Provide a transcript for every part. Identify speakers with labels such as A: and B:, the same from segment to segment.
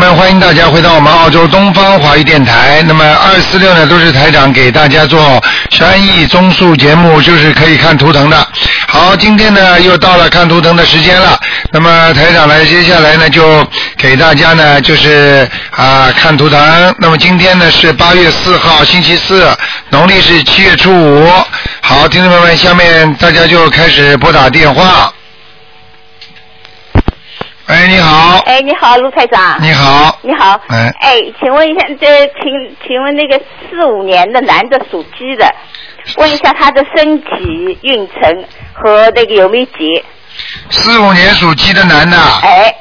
A: 然欢迎大家回到我们澳洲东方华语电台。那么二四六呢，都是台长给大家做翻译综述节目，就是可以看图腾的。好，今天呢又到了看图腾的时间了。那么台长呢，接下来呢就给大家呢就是啊、看图腾。那么今天呢是八月四号，星期四，农历是七月初五。好，听众朋友们，下面大家就开始拨打电话。哎，你好，
B: 哎，你好，卢台长。
A: 你好，
B: 你好。
A: 哎
B: 哎，请问一下，这请请问那个四五年的男的属鸡的，问一下他的身体运程和那个有没有结？
A: 四五年属鸡的男的，
B: 哎，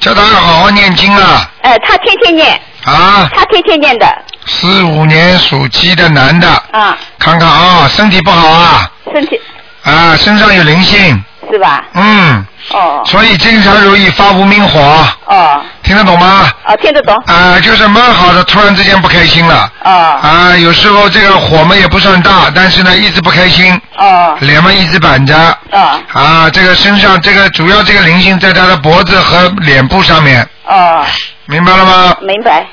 A: 叫他好好念经啊
B: 呃，他天天念，
A: 啊！
B: 他天天念的
A: 四五年属鸡的男的，
B: 啊，
A: 看看啊、身体不好啊
B: 身体
A: 啊，身上有灵性，
B: 是吧？
A: 嗯，
B: 哦
A: 所以经常容易发无名火，
B: 哦
A: 听得懂吗？
B: 哦，听得懂
A: 啊，就是蛮好的，突然之间不开心了。
B: 哦
A: 啊，有时候这个火嘛也不算大，但是呢一直不开心，
B: 哦
A: 脸嘛一直板着。
B: 哦
A: 啊，这个身上这个主要这个灵性在他的脖子和脸部上面，
B: 哦，
A: 明白了吗？
B: 明白。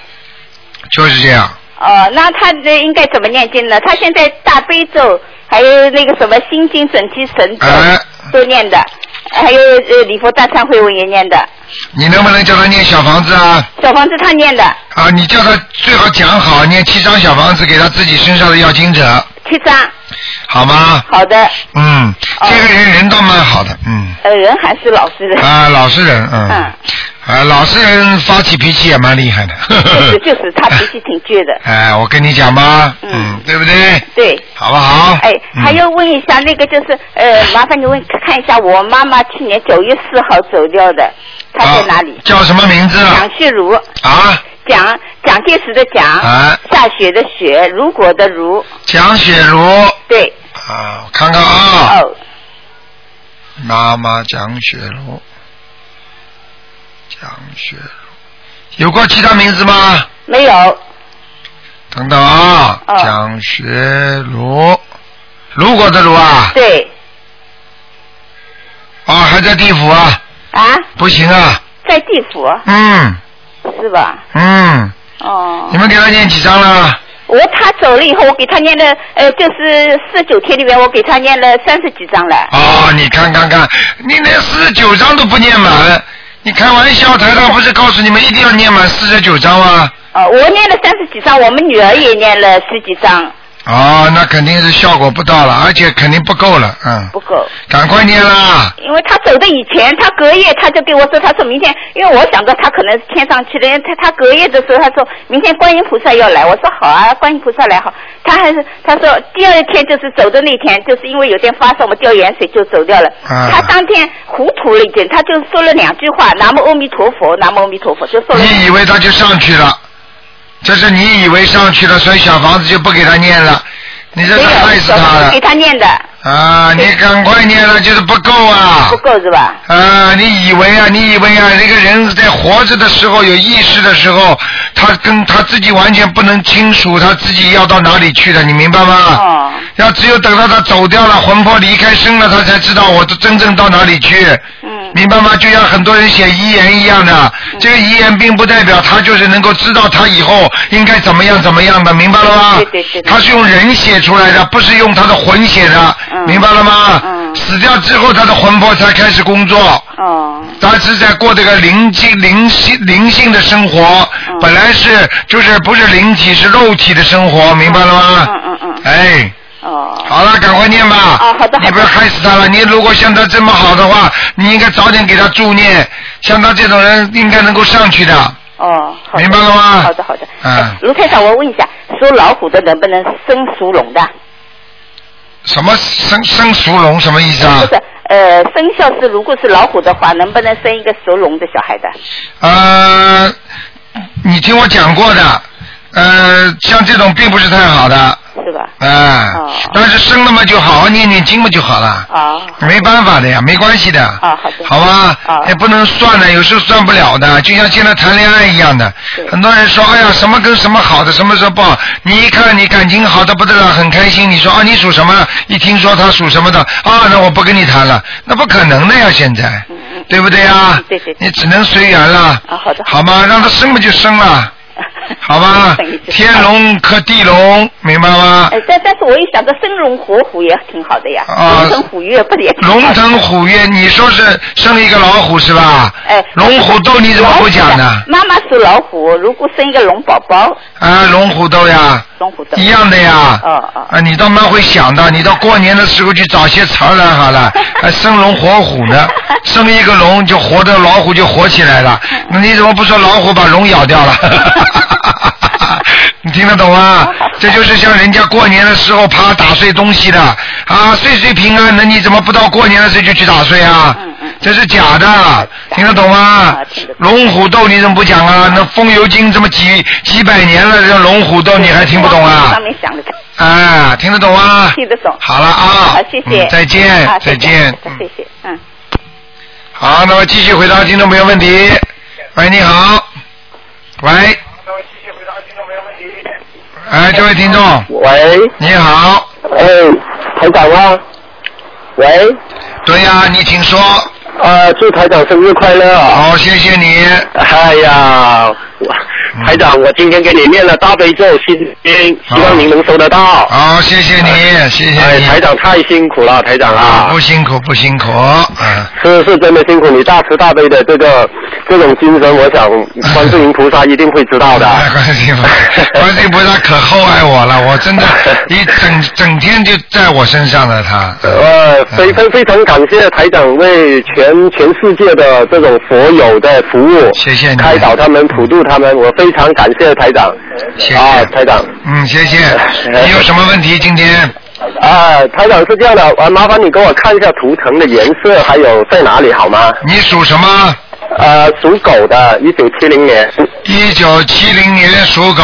A: 就是这样。
B: 哦，那他这应该怎么念经呢？他现在大悲咒，还有那个什么心经准提神咒
A: 哎
B: 都念的，还有呃礼佛大忏悔文也念的，
A: 你能不能叫他念小房子啊？
B: 小房子他念的
A: 啊，你叫他最好讲好，念七张小房子给他自己身上的要经者，
B: 七张，
A: 好吗？
B: 好的，
A: 嗯，
B: 哦
A: 这个人人倒蛮好的， 嗯，
B: 呃人还是老实人，
A: 啊，老实人，嗯，
B: 嗯
A: 啊，老实人发起脾气也蛮厉害的，
B: 就是就是他脾气挺倔的，
A: 哎，我跟你讲吧，
B: 嗯
A: 嗯，对不对？
B: 对。
A: 好不 好？
B: 哎，
A: 嗯
B: 还要问一下，那个就是呃，麻烦你问看一下，我妈妈去年九月四号走掉的，她在哪里
A: 啊？叫什么名字啊
B: 蒋？旭如，
A: 啊，
B: 蒋蒋介石的蒋，
A: 啊
B: 下雪的雪，如果的如，
A: 蒋雪茹
B: 对，
A: 啊，我看看啊，
B: 哦，
A: 妈妈蒋雪茹，蒋雪茹，有过其他名字吗？
B: 没有，
A: 等等啊，
B: 哦
A: 蒋雪茹，如果的如啊，
B: 对，
A: 啊，还在地府啊，
B: 啊，
A: 不行啊，
B: 在地府
A: 嗯
B: 是吧？
A: 嗯，
B: 哦
A: 你，们给他念几张了？
B: 我他走了以后，我给他念了，呃，就是四九天里面，我给他念了三十几张了。
A: 哦，你看看看，你连四十九章都不念满，你开玩笑？台上不是告诉你们一定要念满四十九章吗？
B: 哦，我念了三十几张，我们女儿也念了十几张，
A: 哦，那肯定是效果不到了，而且肯定不够了，嗯，
B: 不够。
A: 赶快念啦！
B: 因为他走的以前，他隔夜他就跟我说，他说明天，因为我想到他可能是天上去了，因为他他隔夜的时候，他说明天观音菩萨要来，我说好啊，观音菩萨来好。他还是他说第二天就是走的那天，就是因为有点发烧嘛，掉盐水就走掉了。
A: 啊
B: 他当天糊涂了一点，他就说了两句话，南无阿弥陀佛，南无阿弥陀佛，就说了。
A: 你以为他就上去了，这是你以为上去了，所以小房子就不给他念了，你这
B: 没
A: 是
B: 有，
A: 害死他
B: 给
A: 了
B: 他念的
A: 啊！你赶快念了，就是不够 啊
B: 不！够是吧？
A: 啊，你以为啊，你以为啊，这个人在活着的时候有意识的时候，他跟他自己完全不能清楚他自己要到哪里去的，你明白吗？
B: 哦，
A: 要只有等到他走掉了，魂魄离开身了，他才知道我真正到哪里去，
B: 嗯，
A: 明白吗？就像很多人写遗言一样的，这个遗言并不代表他就是能够知道他以后应该怎么样怎么样的，明白了吗？
B: 对对对对
A: 他是用人写出来的，不是用他的魂写的，
B: 嗯
A: 明白了吗？
B: 嗯
A: 死掉之后，他的魂魄才开始工作。
B: 哦，
A: 他是在过这个灵性、灵性、灵性的生活，
B: 嗯
A: 本来是就是不是灵体是肉体的生活，明白了吗？
B: 嗯嗯嗯，
A: 哎，
B: 哦，
A: 好了，赶快念吧。
B: 啊好的好的
A: 你不要害死他了。你如果像他这么好的话，你应该早点给他助念。像他这种人，应该能够上去的。
B: 哦，好的
A: 明白了吗
B: 好的，好的。
A: 嗯
B: 哎卢台长，我问一下，属老虎的能不能生属龙的？
A: 什么生生熟龙什么意思啊
B: 不？是，呃，生肖是如果是老虎的话，能不能生一个属龙的小孩的？
A: 呃，你听我讲过的，呃，像这种并不是太好的。
B: 是吧？
A: 哎、
B: 哦
A: 但是生了嘛，就好好念念经嘛就好了。
B: 哦，
A: 没办法的呀，没关系的。
B: 啊好的
A: 好吧，
B: 啊
A: 也不能算的，有时候算不了的，就像现在谈恋爱一样的。
B: 对
A: 很多人说，哎呀，什么跟什么好的，什么时候不好？你一看你感情好的不得了，很开心。你说啊，你属什么？一听说他属什么的，啊，那我不跟你谈了，那不可能的呀，现在，
B: 嗯嗯
A: 对不对呀
B: 嗯？对对对
A: 你只能随缘了。
B: 啊好的？
A: 好吗？让他生嘛就生了，好吧
B: 嗯等一下
A: 天龙克地龙，明白吗？
B: 哎，但但是我一想着生龙活虎也挺好的呀，
A: 啊
B: 龙腾虎跃不也挺好
A: 龙
B: 的？
A: 腾虎跃，你说是生一个老虎是吧？
B: 哎，
A: 龙虎斗你怎么不讲
B: 老虎
A: 呢
B: 的？妈妈属老虎，如果生一个龙宝宝，
A: 啊，龙虎斗呀，
B: 龙虎的。
A: 一样的呀。
B: 哦哦
A: 啊，你倒蛮会想的，你到过年的时候去找些词儿来 好了，还生龙活虎呢，生一个龙就活着，老虎就活起来了。那你怎么不说老虎把龙咬掉了？ 你听得懂吗？这就是像人家过年的时候怕打碎东西的啊，岁岁平安。那你怎么不到过年的时候就去打碎啊？
B: 嗯嗯
A: 这是假的，听得懂吗
B: 啊听得？懂
A: 龙虎斗你怎么不讲啊？那风油精这么几几百年了，这龙虎斗你还听不懂啊？
B: 上面想的，
A: 哎，听得懂啊？
B: 听得懂。
A: 好了啊，
B: 好，谢谢。
A: 嗯再见，
B: 啊
A: 再
B: 再
A: 见。
B: 谢
A: 嗯
B: 谢，嗯。
A: 好，那么继续回答听众朋友问题。喂，你好。喂。哎，这位听众，
C: 喂，
A: 你好。
C: 哎，台长啊，喂，
A: 对呀、你请说。
C: 啊，祝台长生日快乐！啊
A: 好，谢谢你。
C: 哎呀，我
A: 嗯
C: 台长，我今天给你念了大悲咒心经，希
A: 好
C: 望您能收得到。
A: 好，谢谢你，谢谢
C: 哎，
A: 你。
C: 台长太辛苦了，台长啊
A: 不，辛苦，不辛苦。嗯。
C: 是是真的辛苦，你大慈大悲的这个这种精神，我想观世音菩萨一定会知道的。
A: 哎观世音菩 萨，观世音菩萨可厚爱我了，我真的，一整整天就在我身上了，他。
C: 呃，
A: 哎
C: 非非非常感谢台长为全全世界的这种佛友在服务，
A: 谢谢你
C: 开导他们、普渡他们，我非常感谢台长。
A: 谢谢
C: 啊，台长，
A: 嗯，谢谢。你有什么问题？今天
C: 啊，台长是这样的，啊，麻烦你给我看一下图腾的颜色，还有在哪里好吗？
A: 你属什么？
C: 呃，属狗的，一九七零年
A: 一九七零年属狗，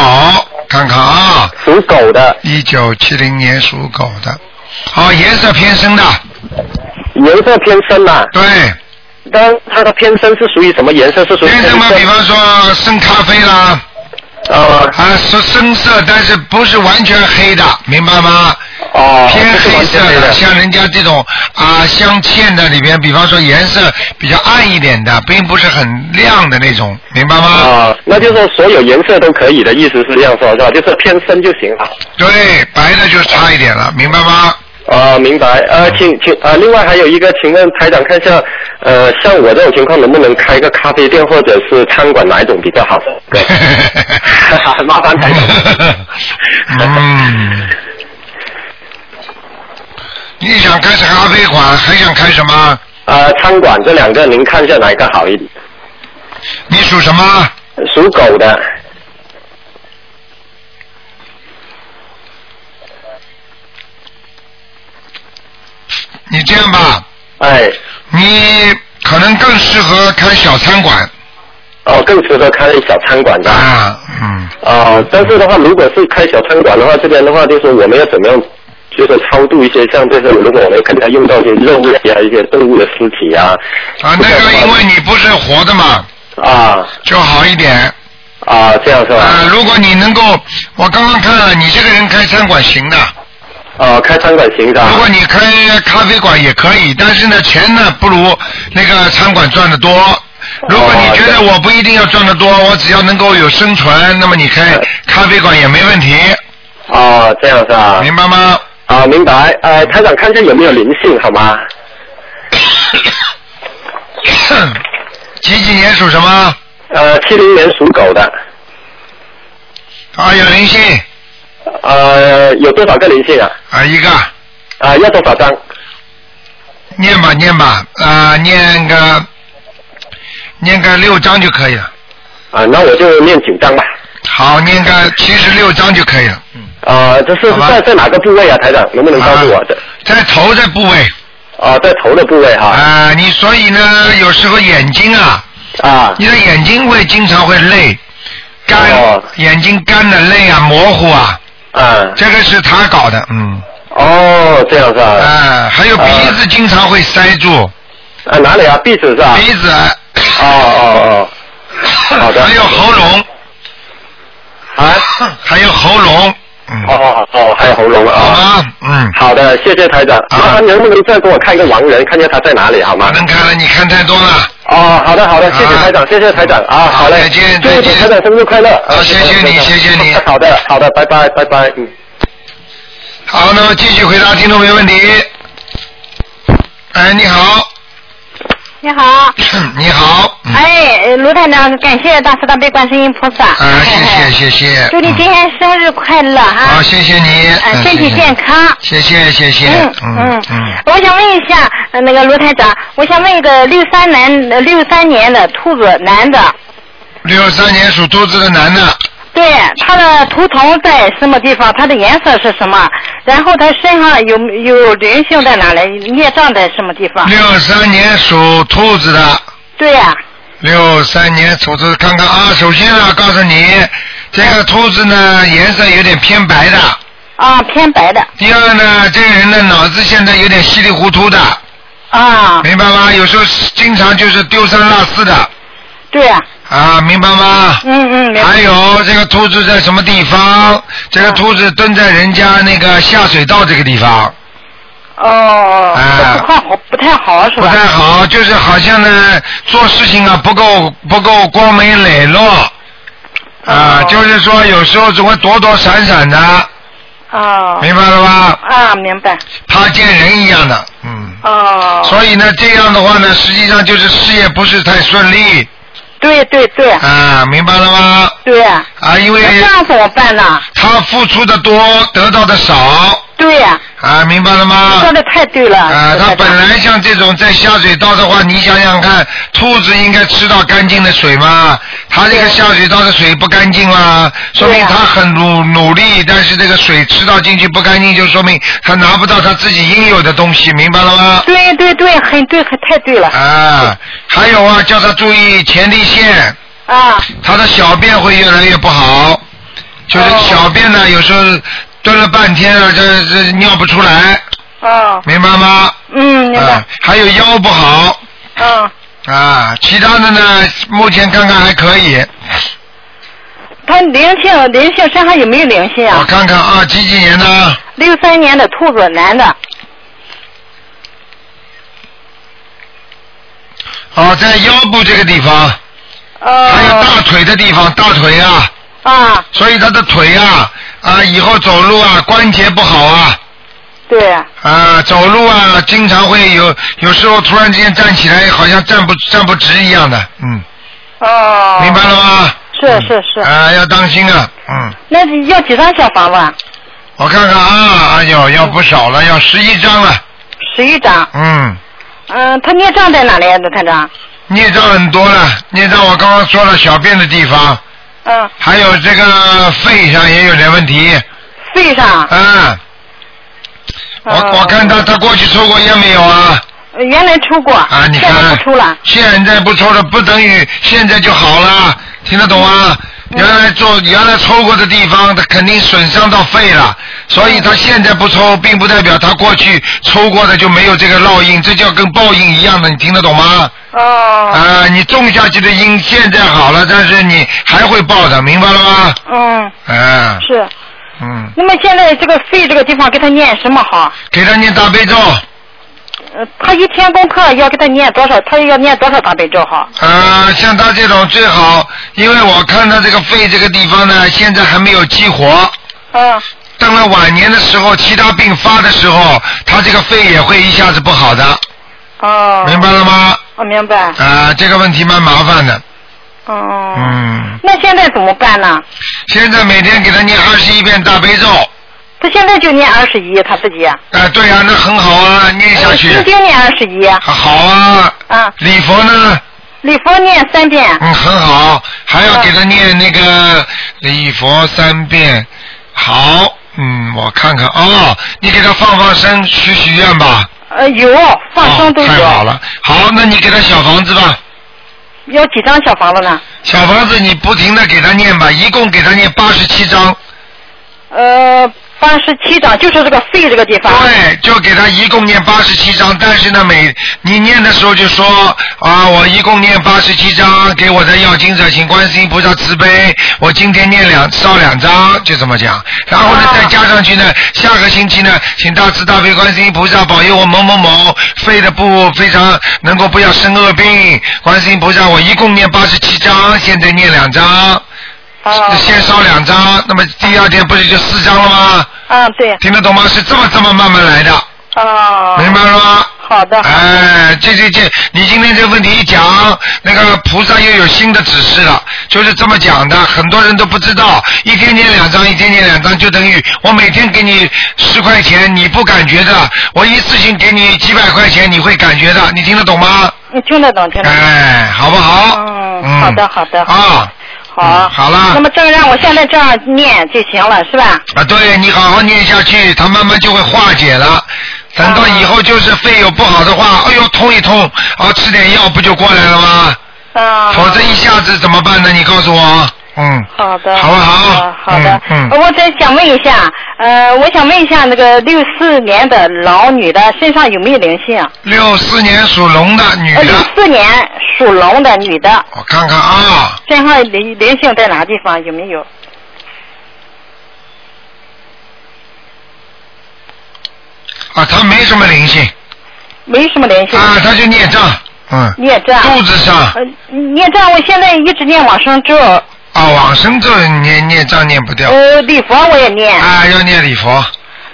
A: 看看啊，
C: 属狗的，
A: 一九七零年属狗的，哦，颜色偏深的，
C: 颜色偏深呐、
A: 对，
C: 但它的偏深是属于什么颜色？是属于
A: 偏深嘛，
C: 黑色
A: 比方说深咖啡啦，
C: 呃
A: 啊，是深色，但是不是完全黑的，明白吗？
C: 哦，
A: 偏
C: 不是
A: 黑
C: 完
A: 色
C: 全黑
A: 的，像人家这种啊镶嵌的里边，比方说颜色比较暗一点的，并不是很亮的那种，明白吗？
C: 啊、那就是说所有颜色都可以的意思是这样说，是吧？就是偏深就行了。
A: 对，白的就差一点了，明白吗？
C: 啊、明白。呃，请请啊、另外还有一个，请问台长看一下，呃，像我这种情况能不能开个咖啡店或者是餐馆哪一种比 较好？对， 麻烦台长。
A: 嗯， 你想开咖啡馆，还想开什么？
C: 呃，餐馆这两个您看一下哪一个好一点？
A: 你属什么？
C: 属狗的，
A: 你这样吧，
C: 哎，
A: 你可能更适合开小餐馆
C: 哦，更适合开小餐馆的。
A: 啊，嗯，
C: 啊，但是的话，如果是开小餐馆的话，这边的话就是我们要怎么样，就是超度一些像这种，如果我们可能要用到一些肉类啊、一些动物的尸体啊。
A: 啊，那个因为你不是活的嘛，
C: 啊
A: 就好一点。
C: 啊，这样是
A: 啊，
C: 吧？
A: 如果你能够，我刚刚看了，你这个人开餐馆行的，
C: 啊，开餐馆行的。
A: 如果你开咖啡馆也可以，但是呢，钱呢不如那个餐馆赚的多。如果你觉得我不一定要赚得多，我只要能够有生存，那么你开咖啡馆也没问题，
C: 啊，这样是吧？
A: 明白 吗？
C: 啊，明白。呃，台长看一下有没有灵性好吗？
A: 几几年属什么？
C: 呃，七零年属狗的，
A: 啊，有灵性
C: 呃，有多少个灵性啊？
A: 啊，一个，
C: 啊，要多少张？
A: 念吧念吧，啊，念个念个六章就可以了。
C: 啊，那我就念九张吧。
A: 好，念个七十六章就可以了。
C: 啊，这是
A: 好吧
C: 在在哪个部位啊？台长，能不能告诉我
A: 啊
C: 的？
A: 在头这部位
C: 啊，在头的部位哈。
A: 啊、你所以呢，有时候眼睛啊，
C: 啊
A: 你的眼睛会经常会累，干，
C: 哦
A: 眼睛干的累啊，模糊啊，
D: 啊，
A: 这个是他搞的，嗯，
D: 哦，这样是
A: 哎、
D: 吧？
A: 还有鼻子经常会塞住，
D: 啊，哪里啊？壁纸是吧？
A: 鼻子，
D: 哦哦哦，好的。
A: 还有喉咙，
D: 啊，
A: 还有喉咙，嗯，
D: 哦哦哦，还有喉咙
A: 好
D: 啊。
A: 吗？嗯，
D: 好的，谢谢台长。
A: 啊
D: 麻烦能不能再给我看一个亡人，看见他在哪里好吗
A: 马？能看了，你看太多了，
D: 哦，好的好的，谢谢
A: 啊
D: 台长，谢谢台长啊，好嘞，
A: 再见
D: 祝
A: 再见
D: 台长生日快乐。啊
A: 好谢谢你谢谢你
D: 好的好的，拜拜拜拜，嗯。
A: 好，那么继续回答听众没问题。哎，你好，
E: 你好，
A: 你好，嗯，
E: 哎，呃卢台长，感谢大慈大悲观世音菩萨。
A: 啊，谢谢谢谢，
E: 祝你今
A: 嗯
E: 天生日快乐
A: 好，
E: 啊！
A: 谢谢你，
E: 啊，
A: 嗯
E: 身体健，康。
A: 谢谢谢谢谢，
E: 嗯
A: 嗯嗯，
E: 我想问一下，呃那个卢台长，我想问一个六三男呃六三年的兔子男的，
A: 六三年属兔子的男的，
E: 对，他的图腾在什么地方？他的颜色是什么？然后他身上有有灵性在哪里？孽障在什么地方？
A: 六三年属兔子的，
E: 对呀、
A: 六三年属兔子，看看啊，首先呢，告诉你，这个兔子呢颜色有点偏白的，
E: 啊，偏白的
A: 第二呢，这个人的脑子现在有点稀里糊涂的，
E: 啊，
A: 明白吗？有时候经常就是丢三落四的。
E: 对呀、
A: 啊，明白吗？
E: 嗯嗯，明白嗯
A: 还有这个兔子在什么地方？这个兔子蹲在人家那个下水道这个地方，
E: 哦，
A: 哎
E: 不太好，不太好是
A: 不
E: 吧？
A: 太好，就是好像呢做事情啊不够不够光明磊落，啊，
E: 哦啊
A: 就是说有时候总会躲躲闪闪的，
E: 哦，
A: 明白了吧？
E: 啊，明白。
A: 怕见人一样的，嗯。
E: 哦，
A: 所以呢，这样的话呢，实际上就是事业不是太顺利
E: 对对对
A: 啊，明白了吗？
E: 对，
A: 啊，因
E: 那
A: 为
E: 这样怎么办呢？
A: 他付出的多，得到的少
E: 对呀，
A: 啊，明白了
E: 你
A: 吗
E: 说？的太对了。
A: 啊，
E: 卢
A: 他
E: 台长
A: 本来像这种在下水道的话，你想想看，兔子应该吃到干净的水吗？他这个下水道的水不干净啦，说明
E: 对啊
A: 他很努努力，但是这个水吃到进去不干净，就说明他拿不到他自己应有的东西，明白了吗？
E: 对对对，很对，很太对了。
A: 啊，还有啊，叫他注意前列腺，
E: 啊，
A: 他的小便会越来越不好，就是
E: 哦
A: 小便呢，有时候蹲了半天了，这这尿不出来，
E: 哦，
A: 明白吗？
E: 嗯，明
A: 啊
E: 白。，
A: 还有腰不好
E: 嗯，
A: 啊，其他的呢，目前看看还可以。
E: 他灵性灵性身上有没有灵性
A: 我
E: 啊？
A: 看看啊，几几年的？
E: 六三年的兔子男的，
A: 哦，在腰部这个地方，还有
E: 哦，
A: 大腿的地方，大腿啊，
E: 啊，
A: 所以他的腿啊啊，以后走路啊关节不好啊。
E: 对呀，
A: 啊，走路啊，经常会有，有时候突然之间站起来，好像站不站不直一样的，嗯，
E: 哦，
A: 明白了吗？
E: 是
A: 嗯
E: 是是
A: 啊，要当心啊，嗯，
E: 那要几张小房子啊？
A: 我看看啊，哎呦，要不少了，要十一张了，
E: 十一张。
A: 嗯，
E: 嗯，他孽障在哪里啊，卢台长？
A: 孽障很多了，孽障我刚刚说了，小便的地方，
E: 嗯，
A: 还有这个肺上也有点问题，
E: 肺上。
A: 啊，我
E: 嗯
A: 我看他他过去抽过烟没有啊？
E: 呃原来抽过，
A: 啊，你
E: 现在
A: 看
E: 不抽了，。
A: 现在不抽了，不等于现在就好了，听得懂吗？
E: 嗯
A: 原来做原来抽过的地方，他肯定损伤到肺了，
E: 嗯
A: 所以他现在不抽，并不代表他过去抽过的就没有这个烙印，这叫跟报应一样的，你听得懂吗？啊、
E: 哦，
A: 你种下去的因现在好了，但是你还会报的，明白了吗？
E: 嗯，
A: 啊，
E: 是。
A: 嗯，
E: 那么现在这个肺这个地方给他念什么好？
A: 给他念大悲咒，
E: 呃，他一天功课要给他念多少？他要念多少大悲咒好？
A: 呃，像他这种最好，因为我看他这个肺这个地方呢，现在还没有激活。
E: 嗯，
A: 到了晚年的时候，其他病发的时候，他这个肺也会一下子不好的，
E: 哦，
A: 明，白了吗？
E: 我明白
A: 啊、，这个问题蛮麻烦的。
E: 哦，，
A: 嗯，
E: 那现在怎么办呢？
A: 现在每天给他念二十一遍大悲咒，啊、
E: 他现在就念二十一，他自己。啊呃
A: 对呀、那很好啊，念下去，
E: 心经念二十一，
A: 啊好啊。
E: 啊，
A: 礼佛呢，
E: 礼佛念三遍，
A: 嗯，很好，还要给他念那个礼佛三遍，好，嗯，我看看哦，你给他放放生，许许愿吧，
E: 呃，有放生都
A: 哦
E: 有。
A: 太好。了，好，那你给他小房子吧，
E: 要几张小房子呢？
A: 小房子，你不停的给他念吧，一共给他念八十七章，
E: 呃，八十七章，就是这个肺这个地方。
A: 对，就给他一共念八十七章，但是呢，每你念的时候就说啊，我一共念八十七章，给我的要经者，请观世音菩萨慈悲，我今天念两烧两张，就这么讲。然后呢，再加上去呢，下个星期呢，请大慈大悲观世音菩萨保佑我某某某肺的不非常能够不要生恶病，观世音菩萨，我一共念八十七章，现在念两张。
E: 哦
A: 先烧两张，那么第二天不是就四张了吗？
E: 啊，对，
A: 听得懂吗？是这么这么慢慢来的，
E: 哦，
A: 明白了吗？
E: 好的，
A: 哎，这这这，你今天这问题一讲，那个菩萨又有新的指示了，就是这么讲的。很多人都不知道，一天念两张，一天念两张，就等于我每天给你十块钱，你不感觉的；我一次性给你几百块钱，你会感觉的。你听得懂吗？
E: 你听得懂，听得懂。
A: 哎，好不好？
E: 嗯
A: 嗯，
E: 好的好的
A: 啊
E: 好，
A: 嗯好了
E: 那么这个让我现在这样念就行了，是吧？
A: 啊，对你好好念下去，它慢慢就会化解了。等
E: 啊
A: 到以后就是肺有不好的话，哎呦痛一痛，啊吃点药不就过来了吗？
E: 啊。
A: 否则一下子怎么办呢？你告诉我。嗯。
E: 好的，
A: 好不好
E: 的好的，
A: 嗯
E: 呃我再想问一下，呃，我想问一下那个六四年的老女的身上有没有灵性啊？
A: 六四年属龙的女
E: 呃，六
A: 的，
E: 四年属龙的女的
A: 我看看啊，
E: 身上灵灵性在哪地方有没有？
A: 啊，她没什么灵性
E: 没什么灵性。
A: 啊，她就孽障，嗯，
E: 孽障。
A: 肚子上
E: 呃，孽障，我现在一直念往生咒，
A: 啊，往生咒孽孽障念不掉，
E: 呃，礼佛我也念，
A: 啊，要念礼佛，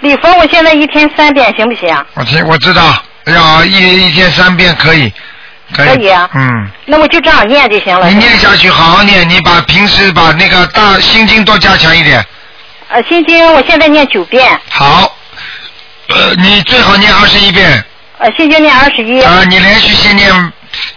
E: 礼佛我现在一天三遍行不行？
A: 我听我知道，要一一天三遍可以，可以，
E: 可以啊
A: 嗯。
E: 那我就这样念就行了。
A: 你念下去，好好念。你把平时把那个大心经多加强一点。
E: 呃，心经我现在念九遍，
A: 好，呃，你最好念二十一遍。
E: 呃，心经念二十一，
A: 啊、你连续先念，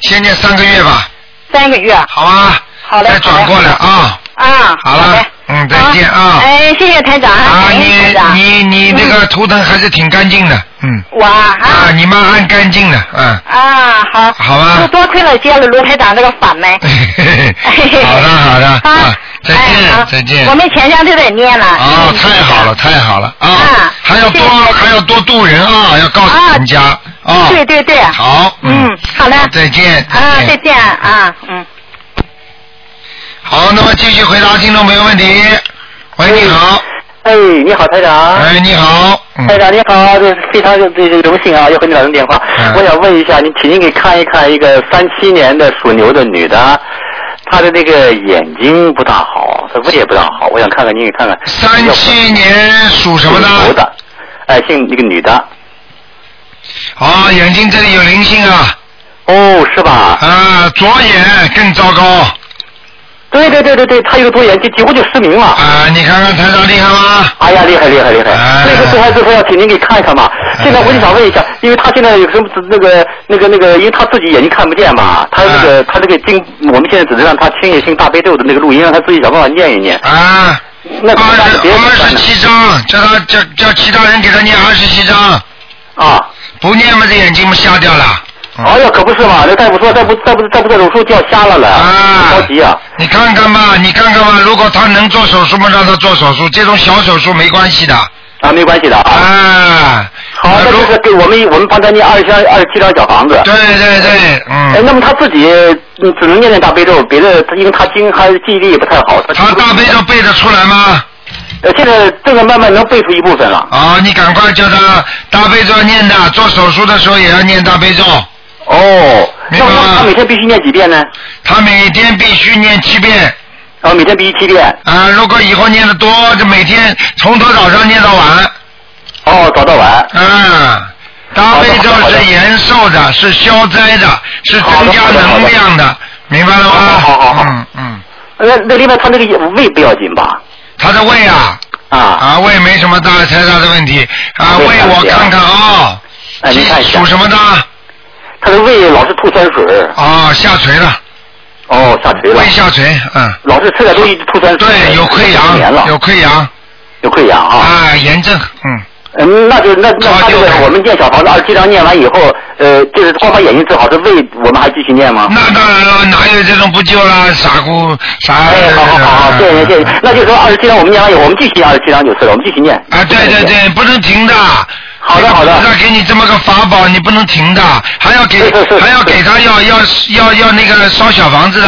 A: 先念三个月吧，
E: 三个月。
A: 好吗？
E: 好嘞
A: 再转过来啊。
E: 啊，
A: 好了
E: 嘞
A: 嗯再见啊
E: 哎，谢谢台长，
A: 啊，
E: 感恩台长嗯
A: 你你你那个图腾还是挺干净的，嗯。
E: 我啊
A: 啊，你蛮按干净的，嗯。
E: 啊好，
A: 好吧
E: 多多亏了接了卢台长这个法门。
A: 好的好的
E: 啊
A: 啊，再
E: 哎好
A: 见再见。
E: 我们全家都在念了。
A: 啊，
E: 嗯
A: 太好了，。太好了啊
E: 啊！
A: 还要多
E: 谢谢
A: 还要多度人啊，要告诉
E: 啊
A: 人家啊。
E: 对对对。
A: 好，
E: 嗯，好嘞。
A: 再见，
E: 啊，再见啊，嗯。
A: 好，那么继续回答听众朋友问题。喂，你好，
C: 哎，你好，台长。
A: 哎，你好，嗯
C: 台长你好，这是非常这这荣幸啊，又和你打通电话。
A: 嗯
C: 我想问一下，你请您给看一看一个三七年的属牛的女的，她的那个眼睛不大好，她胃也不大好，我想看看您给看看。
A: 三七年属什么
C: 属
A: 的？
C: 牛的，哎，姓那个女的。
A: 啊，眼睛这里有灵性啊，
C: 哦，是吧？
A: 啊，左眼更糟糕
C: 对对对对对，她有个多眼，就几乎就失明了。
A: 啊，你看看台长厉害吗？
C: 哎呀，厉害厉害厉害！
A: 哎
C: 那个最后最后要请您给看一看嘛。现在我就想问一下，因为他现在有什么那个那个那个，因为他自己眼睛看不见嘛，他那
A: 哎
C: 个、他这个经，我们现在只能让他听一听大悲咒的那个录音，让他自己想办法念一念。
A: 啊，
C: 那怎么
A: 二
C: 办
A: 十
C: 别
A: 二
C: 管
A: 十
C: 了
A: 七张，叫他叫叫其他人给他念二十七张，
C: 啊！
A: 不念嘛这眼睛不瞎掉了。嗯
C: 哎呀，可不是嘛！那大夫说再不再不再不做手术就要瞎了了，
A: 啊
C: 着急啊！
A: 你看看吧，你看看吧，如果他能做手术嘛，让他做手术，这种小手术没关系的。
C: 啊，没关系的啊。
A: 啊，
C: 好，那
A: 如
C: 就是给我们我们帮他念二十三二十七张小房子。
A: 对对对，
C: 哎，
A: 嗯，
C: 那么他自己嗯只能念念大悲咒，别的因为他经还记忆力也不太好。
A: 他大悲咒背得出来吗？
C: 呃，现在正在慢慢能背出一部分了。
A: 啊，你赶快叫他大悲咒念的，做手术的时候也要念大悲咒。
C: 哦，那
A: 明白了
C: 那他每天必须念几遍呢？
A: 他每天必须念七遍
C: 哦，每天必须七遍。
A: 啊，如果以后念的多，就每天从头早上念到晚。
C: 哦，早到晚。
A: 啊，大悲咒是延寿的，是消灾的，是增加能量的，明白了吗？
C: 好好好
A: 嗯嗯，
C: 那那另外他那个也胃不要紧吧？
A: 他的胃啊
C: 啊，
A: 啊胃没什么大太大的问题啊，
C: 对
A: 胃
C: 了
A: 我
C: 解了
A: 看看啊，
C: 哎，您看一下
A: 属，什么的？
C: 他的胃老是吐酸水。
A: 啊，下垂了，
C: 哦，下垂了
A: 胃。下垂，嗯，
C: 老是吃点东西就吐酸水。
A: 对，有溃
C: 失眠了
A: 疡，有溃疡
C: 有溃疡啊。
A: 啊，炎症，嗯，
C: 嗯，那就那那
A: 好
C: 他这
A: 就
C: 个
A: 好
C: 我们念小房子二十七章念完以后，呃，就是光把眼睛治好，这胃我们还继续念吗？
A: 那当然了，哪有这种不救啦？傻姑傻。
C: 哎，好好好好，谢谢谢谢。那就是说二十七章我们念完以后，我们继续二十七章就是了，我们继续念。
A: 啊，对对对，不能停的。
C: 好的好的
A: 哎那给你这么个法宝，你不能停的，还要给
C: 是是是
A: 还要给他要要要要那个烧小房子的。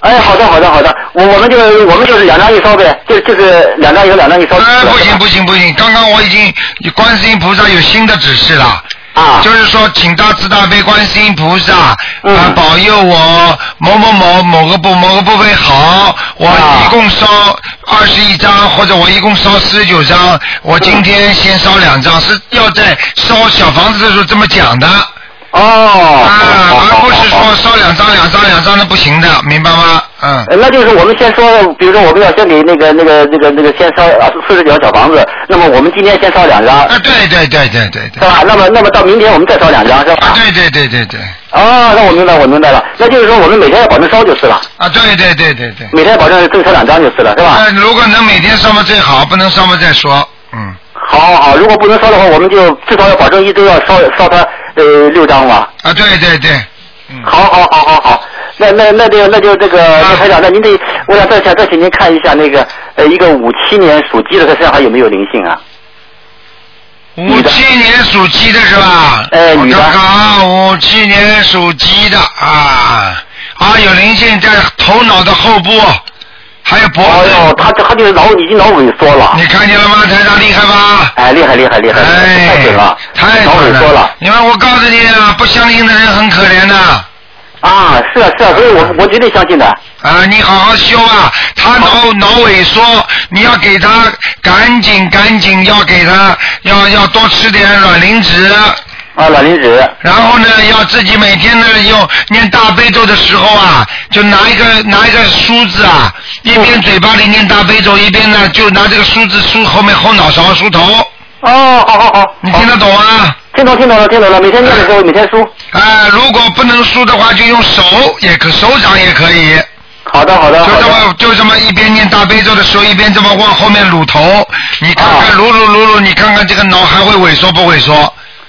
C: 哎，好的好的好的，我我们就我们就是两张一烧呗，就就是两张一个两张一烧。
A: 哎，不行不行不行，刚刚我已经观世音菩萨有新的指示了。
C: 啊，
A: 就是说，请大慈大悲观世音菩萨啊、
C: 嗯
A: 保佑我某某某某个部某个部位好，我
C: 啊
A: 一共烧二十一张，或者我一共烧四十九张，我今天先烧两张，是要在烧小房子的时候这么讲的啊，
C: 哦，
A: 而
C: 而
A: 不是
C: 哦
A: 说烧两张两张两张那不行的，明白吗？嗯，
C: 呃，那就是我们先说，比如说我们要先给那个那个那个那个先烧啊四十九小房子，那么我们今天先烧两张，
A: 啊，对对对对对
C: 是
A: 对，
C: 吧？那么那么到明天我们再烧两张，是
A: 啊
C: 吧？
A: 对对对对对，
C: 哦，那我明白，我明白了。那就是说我们每天要保证烧就是了，
A: 啊对对对对对，
C: 每天保证正烧两张就是了，是吧？
A: 呃，如果能每天烧嘛最好，不能烧嘛再说，嗯。
C: 好好好，如果不能烧的话，我们就至少要保证一周要烧烧它呃六张吧。
A: 啊，对对对，嗯，啊
C: 好好好好好，那那那就那就这个那台长，那您得我想再想再请您看一下那个呃一个五七年属鸡的，他身上还有没有灵性啊？
A: 五七年属鸡的是吧？
C: 哎
A: 我
C: 女的
A: 看看啊，五七年属鸡的啊啊，有灵性在头脑的后部，还有脖
C: 哎呦，
A: 子，
C: 他他就是脑已经脑萎缩了，
A: 哦你看见了吗？台长厉害吧？
C: 哎，厉害厉害厉害，
A: 哎，
C: 太准了，
A: 太
C: 脑
A: 准
C: 萎缩了
A: 你们我告诉你啊，不相信的人很可怜的。
C: 啊！是啊是啊，所以我我绝对相信的。
A: 啊，你好好修啊！他脑脑萎缩，你要给他赶紧赶紧要给他要要多吃点卵磷脂，
C: 啊，卵磷脂，
A: 然后呢，要自己每天呢用念大悲咒的时候啊，就拿一个拿一个梳子啊，一边嘴巴里念大悲咒，一边呢就拿这个梳子梳后面后脑勺梳头，
C: 哦，好好好，
A: 你听得懂吗？
C: 听懂听懂了听懂了，每天念的时候每天梳。
A: 啊，如果不能梳的话，就用手也可，手掌也可以，
C: 好的好的
A: 就这
C: 好的，
A: 么就这么一边念大悲咒的时候，一边这么往后面撸头，你看看
C: 啊
A: 撸撸撸撸，你看看这个脑还会萎缩不萎缩？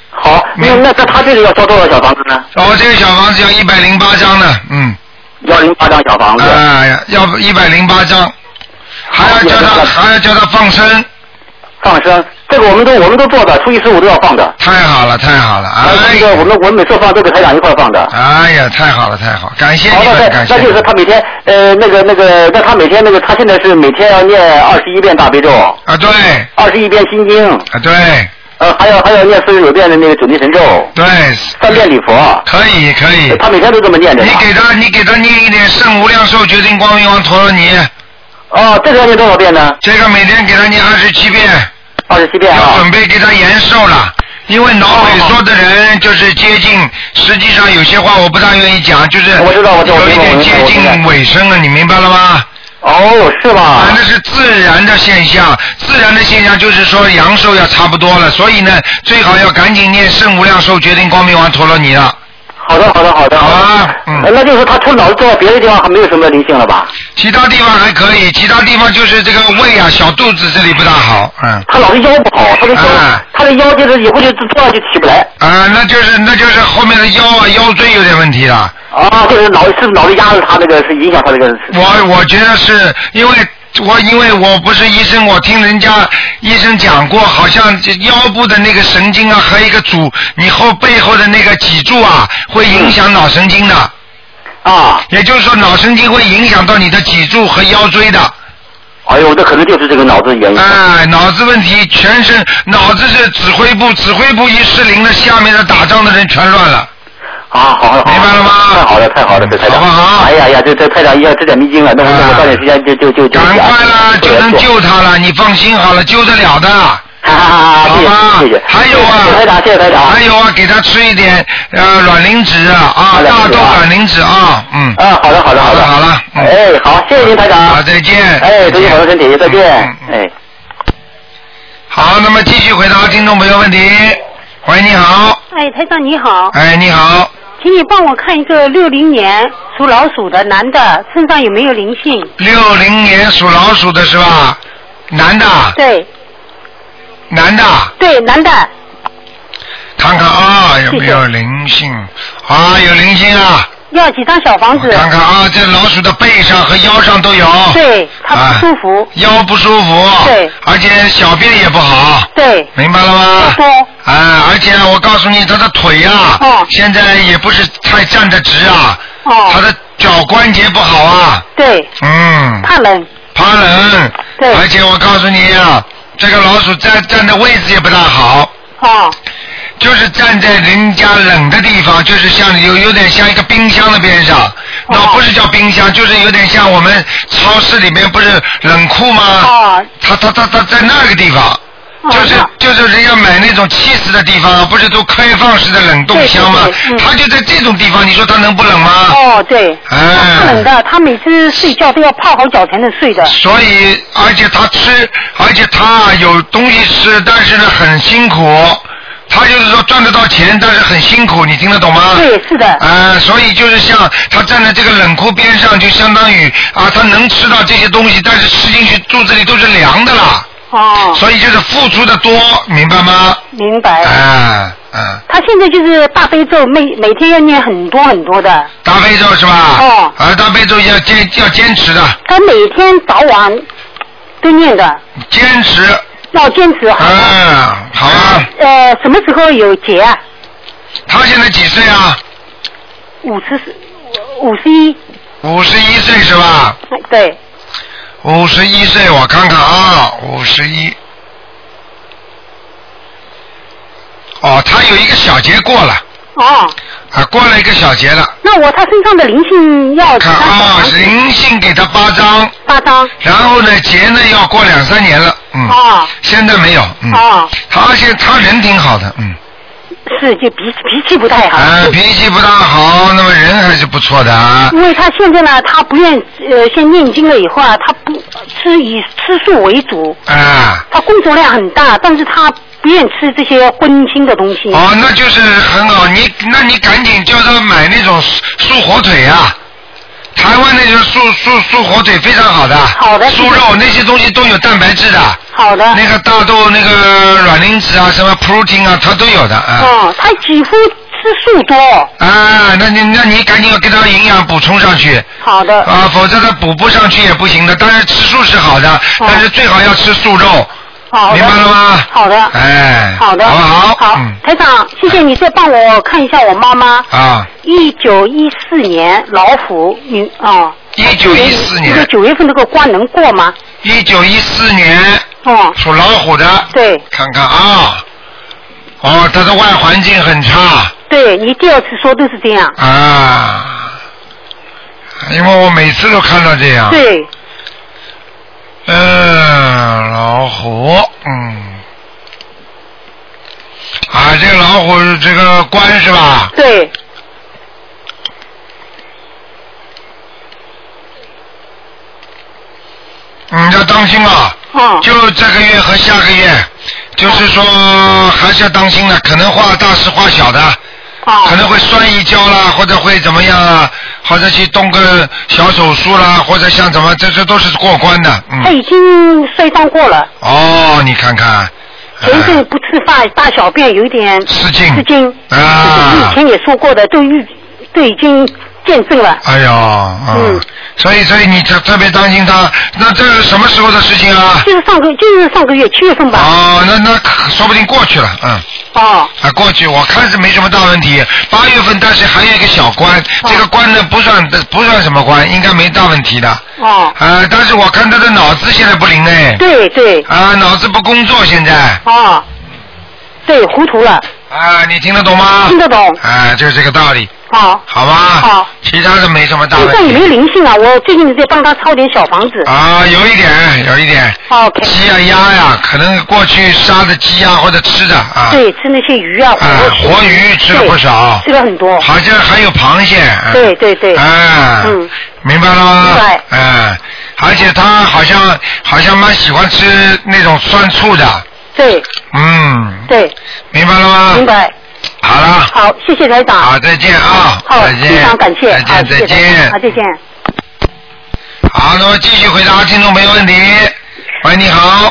C: 好，那那那他这个要烧多少小房子呢？
A: 然后哦这个小房子要一百零八张的，嗯。
C: 幺零八张小房子。
A: 哎呀，要不一百零八张，还要叫他还要叫他放生，
C: 放生，这个我们都我们都做的，初一十五都要放的。
A: 太好了太好了，哎
C: 那个我
A: 呀，
C: 们我们每次放都给台长一块儿放的。
A: 哎呀，太好了太好，感谢
C: 好
A: 你
C: 的，
A: 们
C: 那
A: 感谢
C: 那
A: 你
C: 就是
A: 们
C: 他每天呃那个那个，那他每天那个他现在是每天要念二十一遍大悲咒，
A: 啊对
C: 二十一遍心经，
A: 啊对
C: 呃还要还要念四十九遍的那个准提神咒，
A: 对，
C: 三遍礼佛，
A: 可以可以，
C: 他每天都这么念着呢。
A: 你给他你给他念一点圣无量寿决定光明王陀罗尼，
C: 哦，这个要念多少遍呢？
A: 这个每天给他念二十七遍，
C: 二十七遍
A: 要
C: 啊
A: 准。备给他延寿了。因为脑萎缩的人就是接近，实际上有些话我不大愿意讲，就是
C: 我知道我知道
A: 有一点
C: 我明白
A: 接
C: 我
A: 近
C: 明白
A: 尾声了，你明白了吗？
C: 哦，是吧
A: 啊，？那是自然的现象。自然的现象就是说阳寿要差不多了，所以呢，最好要赶紧念圣无量寿决定光明王陀罗尼了。
C: 好的好的好的。
A: 好
C: 的
A: 啊嗯
C: 呃那就是说他除了脑子之外，别的地方还没有什么灵性了吧？
A: 其他地方还可以，其他地方就是这个胃啊、小肚子这里不大好，嗯。
C: 他老是腰不好，他的腰，
A: 啊
C: 他的腰就是以后就坐上就起不来。
A: 啊，那就是那就是后面的腰啊腰椎有点问题了。
C: 啊，就是脑是不是脑子压着他那个是影响他那个是。
A: 我我觉得是因为我因为我不是医生，我听人家医生讲过，好像这腰部的那个神经啊和一个主，你后背后的那个脊柱啊，会影响脑神经的。
C: 啊，
A: 也就是说，脑神经会影响到你的脊柱和腰椎的。
C: 哎呦，这可能就是这个脑子原因。
A: 哎，脑子问题，全身脑子是指挥部，指挥部一失灵了，下面的打仗的人全乱了。
C: 啊，好好好，
A: 明白了吗
C: 太好了，太好了，这台
A: 好
C: 长。
A: 不好
C: 哎呀呀，这这台长一下指点迷津了，那我
A: 啊
C: 那我抓紧时间就就就就。
A: 赶快啦，
C: 就
A: 就能。救他了，你放心好了，救得了的。
C: 哈哈
A: 好吧
C: 哈，谢谢谢谢。
A: 还有啊
C: 谢谢台长，谢谢台长。
A: 还有啊，给他吃一点呃卵磷脂啊，啊大
C: 啊卵磷脂啊
A: 豆卵磷脂啊，嗯，
C: 啊，好的好的
A: 好
C: 的
A: 了好了嗯
C: 哎，好，谢谢您台长。
A: 好，再见。
C: 哎，祝您保重身体，再见
A: 嗯。嗯
C: 哎。
A: 好，那么继续回答听众朋友问题。喂，你好，
F: 哎，台长你好，
A: 哎，你好，
F: 请你帮我看一个六零年属老鼠的男的身上有没有灵性？
A: 六零年属老鼠的是吧？男的，
F: 对，
A: 男的，
E: 对，男的，
A: 看看啊有没有灵性啊，有灵性啊，
E: 要几张小房子？
A: 看看啊，在老鼠的背上和腰上都有，
E: 对，他
A: 啊
E: 不舒服，
A: 腰不舒服，
E: 对，
A: 而且小便也不好，
E: 对，
A: 明白了吗？
E: 对
A: 啊，而且我告诉你，他的腿呀、
E: 哦
A: 现在也不是太站得直啊，他
E: 哦，
A: 的脚关节不好啊，
E: 对，
A: 嗯，
E: 怕冷，
A: 怕冷，
E: 对
A: 而且我告诉你啊，这个老鼠站站的位置也不大好，
E: 哦，
A: 就是站在人家冷的地方，就是像有有点像一个冰箱的边上，
E: 哦
A: 那、不是叫冰箱，就是有点像我们超市里面不是冷库吗？
E: 哦，
A: 他他他他在那个地方，
E: 哦
A: 啊就是
E: 那
A: 就是人家买那种七十的地方，不是都开放式的冷冻箱吗
E: 对对对嗯？
A: 他就在这种地方，你说他能不冷吗？
E: 哦，对，
A: 哎
E: 他冷的，他每次睡觉都要泡好脚才能睡的。
A: 所以，而且他吃，而且他有东西吃，但是呢很辛苦。他就是说赚得到钱，但是很辛苦，你听得懂吗？
E: 对，是的，
A: 啊，所以就是像他站在这个冷库边上，就相当于啊，他能吃到这些东西，但是吃进去肚子里都是凉的啦，
E: 哦，哎
A: 所以就是付出的多，明白吗？
E: 明白。
A: 啊，嗯，
E: 他现在就是大悲咒，每每天要念很多很多的，
A: 大悲咒是吧？
E: 哦
A: 啊，大悲咒要坚要坚持的，
E: 他每天早晚都念的，
A: 坚持，
E: 要坚持好。
A: 嗯，好啊。
E: 呃，什么时候有节啊？
A: 他现在几岁啊？
E: 五十四，五十一，
A: 五十一岁是吧？
E: 哎对，
A: 五十一岁，我看看啊，五十一。哦，他有一个小节过了，
E: 哦，
A: 啊，过了一个小节了。
E: 那我他身上的灵性要几
A: 看啊
E: 张哦小
A: 嗯
E: 房，子？
A: 灵性给他八张，
E: 八张。
A: 然后呢，节呢要过两三年了，嗯，
E: 哦
A: 现在没有，嗯，
E: 哦，
A: 他现他人挺好的，嗯，
E: 是就脾脾气不太好。
A: 啊，脾气不大好，那么人还是不错的啊
E: 因，为他现在呢，他不愿呃，先念经了以后啊，他不吃以吃素为主，
A: 啊，
E: 他工作量很大，但是他不愿吃这些荤腥的东西。
A: 哦，那就是很好，你那你赶紧叫他买那种素素火腿啊，台湾那种素素素火腿非常好的，
E: 好的嗯
A: 素肉那些东西都有蛋白质的，
E: 好的。
A: 那个大豆那个卵磷脂啊，什么 protein 啊，它都有的啊。
E: 哦，他几乎吃素多。
A: 啊，那你那你赶紧要给他营养补充上去
E: 好的。
A: 啊，否则他补不上去也不行的。当然吃素是好的，但是最好要吃素肉，
E: 嗯好的。
A: 哦明白了吗？
E: 好的。
A: 哎，
E: 好的，
A: 好不好？
E: 好
A: 嗯，
E: 台长，谢谢你再帮我看一下我妈妈，
A: 啊，
E: 一九一四年老虎女啊，
A: 1914年
E: 这个九月份这个关能过吗？
A: 一九一四年
E: 哦，
A: 属老虎的，
E: 对
A: 看看啊，哦，他的外环境很差
E: 对，你第二次说都是这样，
A: 啊，因为我每次都看到这样。
E: 对，
A: 嗯，老虎，嗯，啊，这个老虎是这个官是吧？
E: 对，
A: 嗯，要当心啊，
E: 哦，
A: 就这个月和下个月，就是说还是要当心的，可能画大事化小的，可
E: 哦，
A: 能会摔一跤啦，或者会怎么样啊，或者去动个小手术啦，或者像怎么，这这都是过关的，
E: 她
A: 嗯，
E: 已经摔伤过了，
A: 哦，你看看，
E: 前一阵
A: 啊
E: 不吃饭，大小便有一点
A: 失禁
E: 吃惊，
A: 嗯啊
E: 以前也说过的，都已都已经见证了，
A: 哎呦，嗯
E: 嗯，
A: 所以所以你特特别担心他，那这是什么时候的事情啊？
E: 就是上个就是上个月七月份吧，
A: 哦，那那可说不定过去了，嗯，
E: 哦，
A: 啊，过去我看是没什么大问题。八月份，但是还有一个小关，
E: 哦
A: 这个关呢不算不算什么关，应该没大问题的。
E: 哦，
A: 啊，但是我看他的脑子现在不灵哎，
E: 对对，
A: 啊，脑子不工作现在，
E: 哦，对，糊涂了，
A: 啊，你听得懂吗
E: 听？得懂，
A: 啊，就是这个道理，
E: 好。
A: 好吧？
E: 好，
A: 其他的没什么大
E: 身上
A: 问
E: 有没有
A: 题。
E: 灵性啊？我最近在帮他抄点小房子。
A: 啊，有一点，有一点。
E: OK，
A: 鸡呀、鸭呀、可能过去杀的鸡呀、或者吃的啊，
E: 对，吃那些鱼啊，
A: 啊，活鱼吃了不少
E: 对，吃了很多。
A: 好像还有螃蟹，啊
E: 对对对
A: 啊，
E: 嗯，
A: 明白了吗？
E: 明白
A: 嗯，而且他好像好像蛮喜欢吃那种酸醋的，
E: 对
A: 嗯，
E: 对，
A: 明白了吗？
E: 明。白。
A: 好了，
E: 好，谢谢台长。
A: 嗯好，再见啊，
E: 好，
A: 再见，
E: 非常感谢。
A: 再
E: 好
A: 见，再
E: 谢谢台长
A: 见
E: 好，，再见。
A: 好，那么继续回答听众没问题。喂，你好，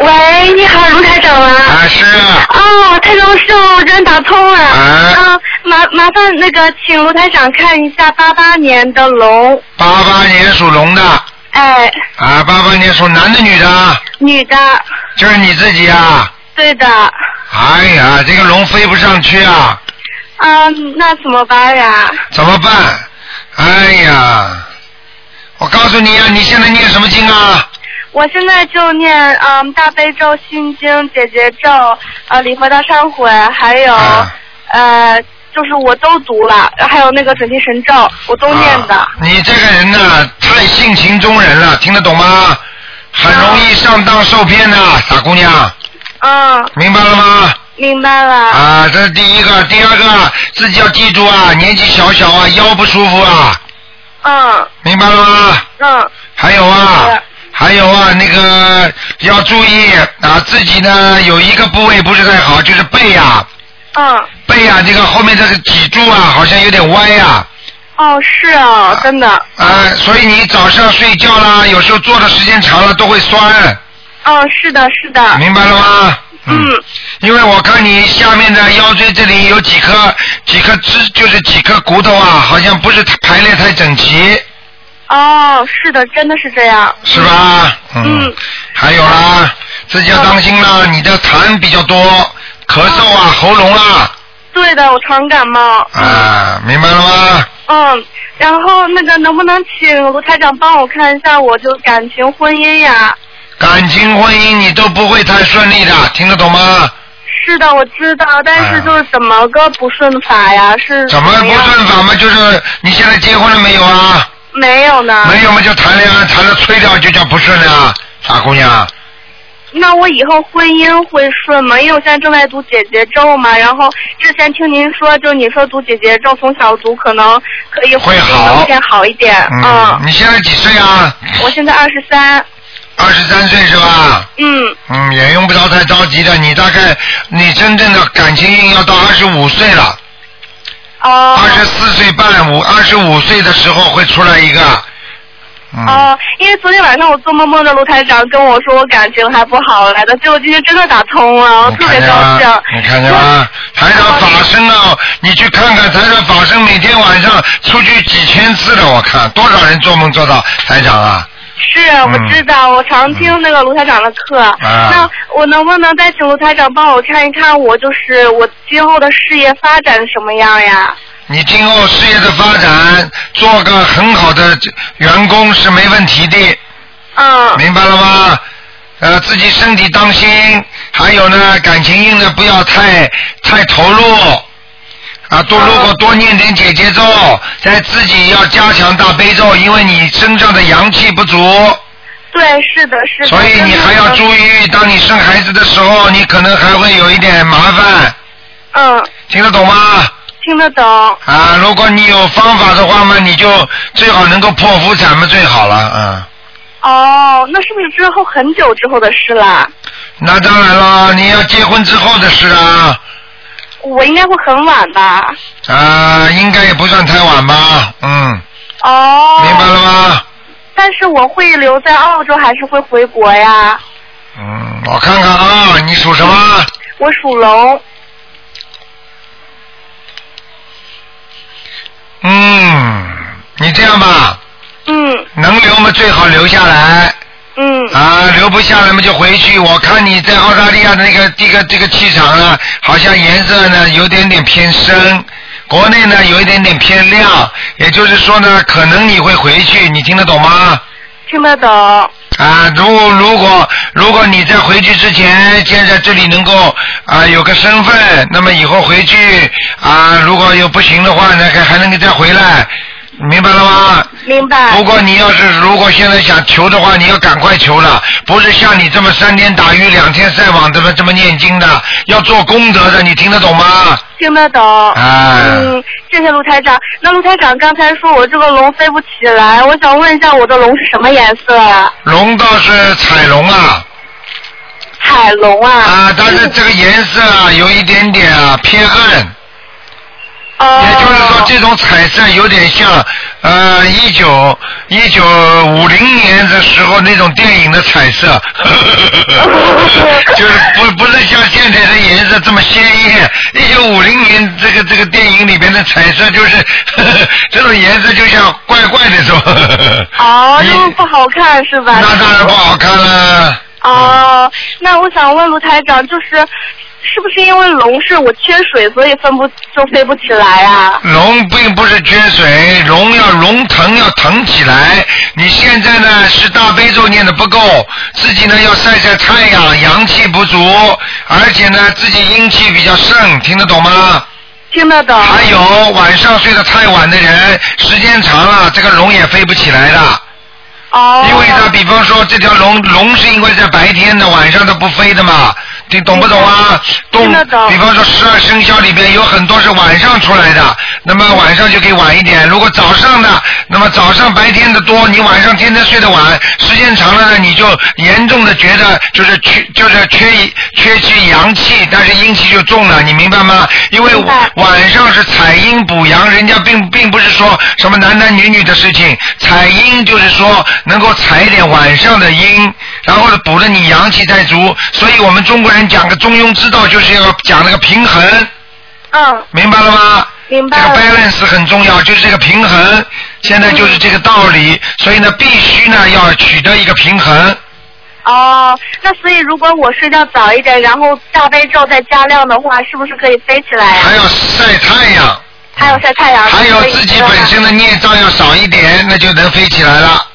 F: 喂，你好，卢台长吗？
A: 啊，是啊，
F: 哦，太荣幸了，我真打通了。
A: 啊
F: 啊，麻麻烦那个，请卢台长看一下八八年的龙，
A: 八八年属龙的，啊，
F: 哎，
A: 八八年属男的女的啊，
F: 女的，
A: 就是你自己啊。
F: 对的。
A: 哎呀，这个龙飞不上去啊，
F: 啊，那怎么办呀？
A: 怎么办？哎呀，我告诉你啊，你现在念什么经啊？
F: 我现在就念嗯大悲咒、心经、姐姐咒、呃礼佛大忏悔，还有、
A: 啊
F: 呃就是我都读了，还有那个准提神咒，我都念的。
A: 啊你这个人呐，太性情中人了，听得懂吗？很容易上当受骗的，傻姑娘，
F: 嗯，
A: 明白了吗？
F: 明白了。
A: 啊，这是第一个，第二个自己要记住啊，年纪小小啊，腰不舒服啊，
F: 嗯
A: 明白了吗？
F: 嗯
A: 还有
F: 明白
A: 啊
F: 了，
A: 还有啊，那个要注意啊，自己呢有一个部位不是太好，就是背啊呀、
F: 嗯，
A: 背呀、这个后面这个脊柱啊，好像有点歪呀、
F: 哦是啊，真的。
A: 啊，所以你早上睡觉啦，有时候坐的时间长了都会酸，
F: 嗯，是的，是的。
A: 明白了吗？
F: 嗯，
A: 因为我看你下面的腰椎这里有几颗几颗支，就是几颗骨头啊，好像不是太排列太整齐，
F: 哦，是的，真的是这样。
A: 是吧？
F: 嗯，
A: 还有啦，自己要当心啦，你的痰比较多，咳嗽啊，喉咙啊，
F: 对的，我常感冒。
A: 啊，明白了吗？
F: 嗯，然后那个能不能请卢台长帮我看一下，我就感情婚姻呀？
A: 感情婚姻你都不会太顺利的，听得懂吗？
F: 是的，我知道，但是就是怎么个不顺法呀？是
A: 哎怎么
F: 么
A: 不
F: 样
A: 顺法嘛？就是你现在结婚了没有啊？
F: 没有呢。
A: 没有嘛，就谈恋爱，谈了吹掉就叫不顺了啊，傻姑娘。
F: 那我以后婚姻会顺吗？因为我现在正在读姐姐咒嘛，然后之前听您说，就是你说读姐姐咒从小读可能可以
A: 会
F: 婚姻
A: 好
F: 能变好一点。
A: 嗯，你现在几岁啊？
F: 嗯，我现在二十三，
A: 二十三岁是吧？
F: 嗯，
A: 嗯，也用不着太着急的。你大概你真正的感情运要到二十五岁了，
F: 哦、
A: 二十四岁半，五二十五岁的时候会出来一个。嗯。
F: 哦，因为昨天晚上我做梦梦着卢台长跟我说我感情还不好来的，结果今天真的打通了，我
A: 你
F: 哦特
A: 看
F: 别
A: 见
F: 高啊
A: 吗
F: 兴？。
A: 你看见吗？台长法身啊，你去看看台长法身，每天晚上出去几千次了，我看多少人做梦做到台长啊？
F: 是，我知道，我常听那个卢台长的课。
A: 嗯啊
F: 那我能不能再请卢台长帮我看一看，我就是我今后的事业发展什么样呀？
A: 你今后事业的发展，做个很好的员工是没问题的，
F: 嗯，
A: 明白了吗？呃，自己身体当心，还有呢，感情运呢不要太太投入，啊，多如果多念点姐姐咒，在自己要加强大悲咒，因为你身上的阳气不足，
F: 对，是的，是的。
A: 所以你还要注意，当你生孩子的时候，你可能还会有一点麻烦，
F: 嗯，
A: 听得懂吗？
F: 听得懂。
A: 啊，如果你有方法的话嘛，你就最好能够剖腹产嘛，最好了，啊。
F: 哦，那是不是之后很久之后的事啦？
A: 那当然了，你要结婚之后的事啊，
F: 我应该会很晚吧？
A: 啊，应该也不算太晚吧，嗯，
F: 哦。
A: 明白了吗？
F: 但是我会留在澳洲还是会回国呀？
A: 嗯，我看看啊，你属什么？
F: 我属龙，
A: 嗯，你这样吧，
F: 嗯
A: 能留嘛最好留下来，
F: 嗯，
A: 啊，留不下来嘛就回去。我看你在澳大利亚的那个这个这个气场呢，好像颜色呢有点点偏深，国内呢有一点点偏亮，也就是说呢，可能你会回去，你听得懂吗？
F: 听得懂。
A: 啊，如果如果如果你在回去之前先在这里能够啊有个身份，那么以后回去啊，如果有不行的话呢，还还能够再回来，明白了吗？
F: 明白
A: 不。过你要是如果现在想求的话，你要赶快求了，不是像你这么三天打鱼两天晒网这么这么念经的，要做功德的，你听得懂吗？
F: 听得懂。
A: 啊
F: 嗯，谢谢卢台长。那卢台长刚才说我这个龙飞不起来，我想问一下我的龙是什么颜色？啊？
A: 龙倒是彩龙啊，
F: 海龙啊。
A: 啊，但是这个颜色啊有一点点啊偏暗。
F: 哦。
A: 啊也就是说，这种彩色有点像呃，一九一九五零年的时候那种电影的彩色， 就是不不是像现在的颜色这么鲜艳。一九五零年这个这个电影里边的彩色就是 这种颜色，就像怪怪的这种。
F: 哦，那么不好看是吧？
A: 那当然不好看了。
F: 哦，那我想问卢台长，就是是不是因为龙是我缺水，所以分不就飞不起来啊？
A: 龙并不是缺水，龙要龙腾要腾起来。你现在呢是大悲咒念的不够，自己呢要晒晒太阳，阳气不足，而且呢自己阴气比较盛，听得懂吗？
F: 听得懂。
A: 还有晚上睡得太晚的人，时间长了，这个龙也飞不起来了。
F: 哦。
A: 因为它比方说这条龙，龙是因为在白天的，晚上它不飞的嘛，你懂不懂啊？动
F: 听得，懂
A: 比方说十二生肖里边有很多是晚上出来的，那么晚上就可以晚一点。如果早上的，那么早上白天的多，你晚上天天睡得晚，时间长了呢，你就严重的觉得就是缺就是缺一缺去阳气，但是阴气就重了，你明白吗？因为
F: 明白
A: 晚上是采阴补阳，人家并并不是说什么男男女女的事情，采阴就是说能够采一点晚上的阴，然后呢补了你阳气再足，所以我们中国人讲个中庸之道，就是要讲那个平衡，
F: 嗯，
A: 明白了吗？
F: 明
A: 这
F: 白
A: 个
F: 了。
A: balance 很重要，就是这个平衡，现在就是这个道理，所以呢必须呢要取得一个平衡。
F: 哦，那所以如果我睡觉早一点，然后大悲咒再加量的话，是不是可以飞起来啊呀、
A: 还要晒太阳，
F: 还有晒太阳，
A: 还有自己本身
F: 的。
A: 的孽障要少一点，那就能飞起来了。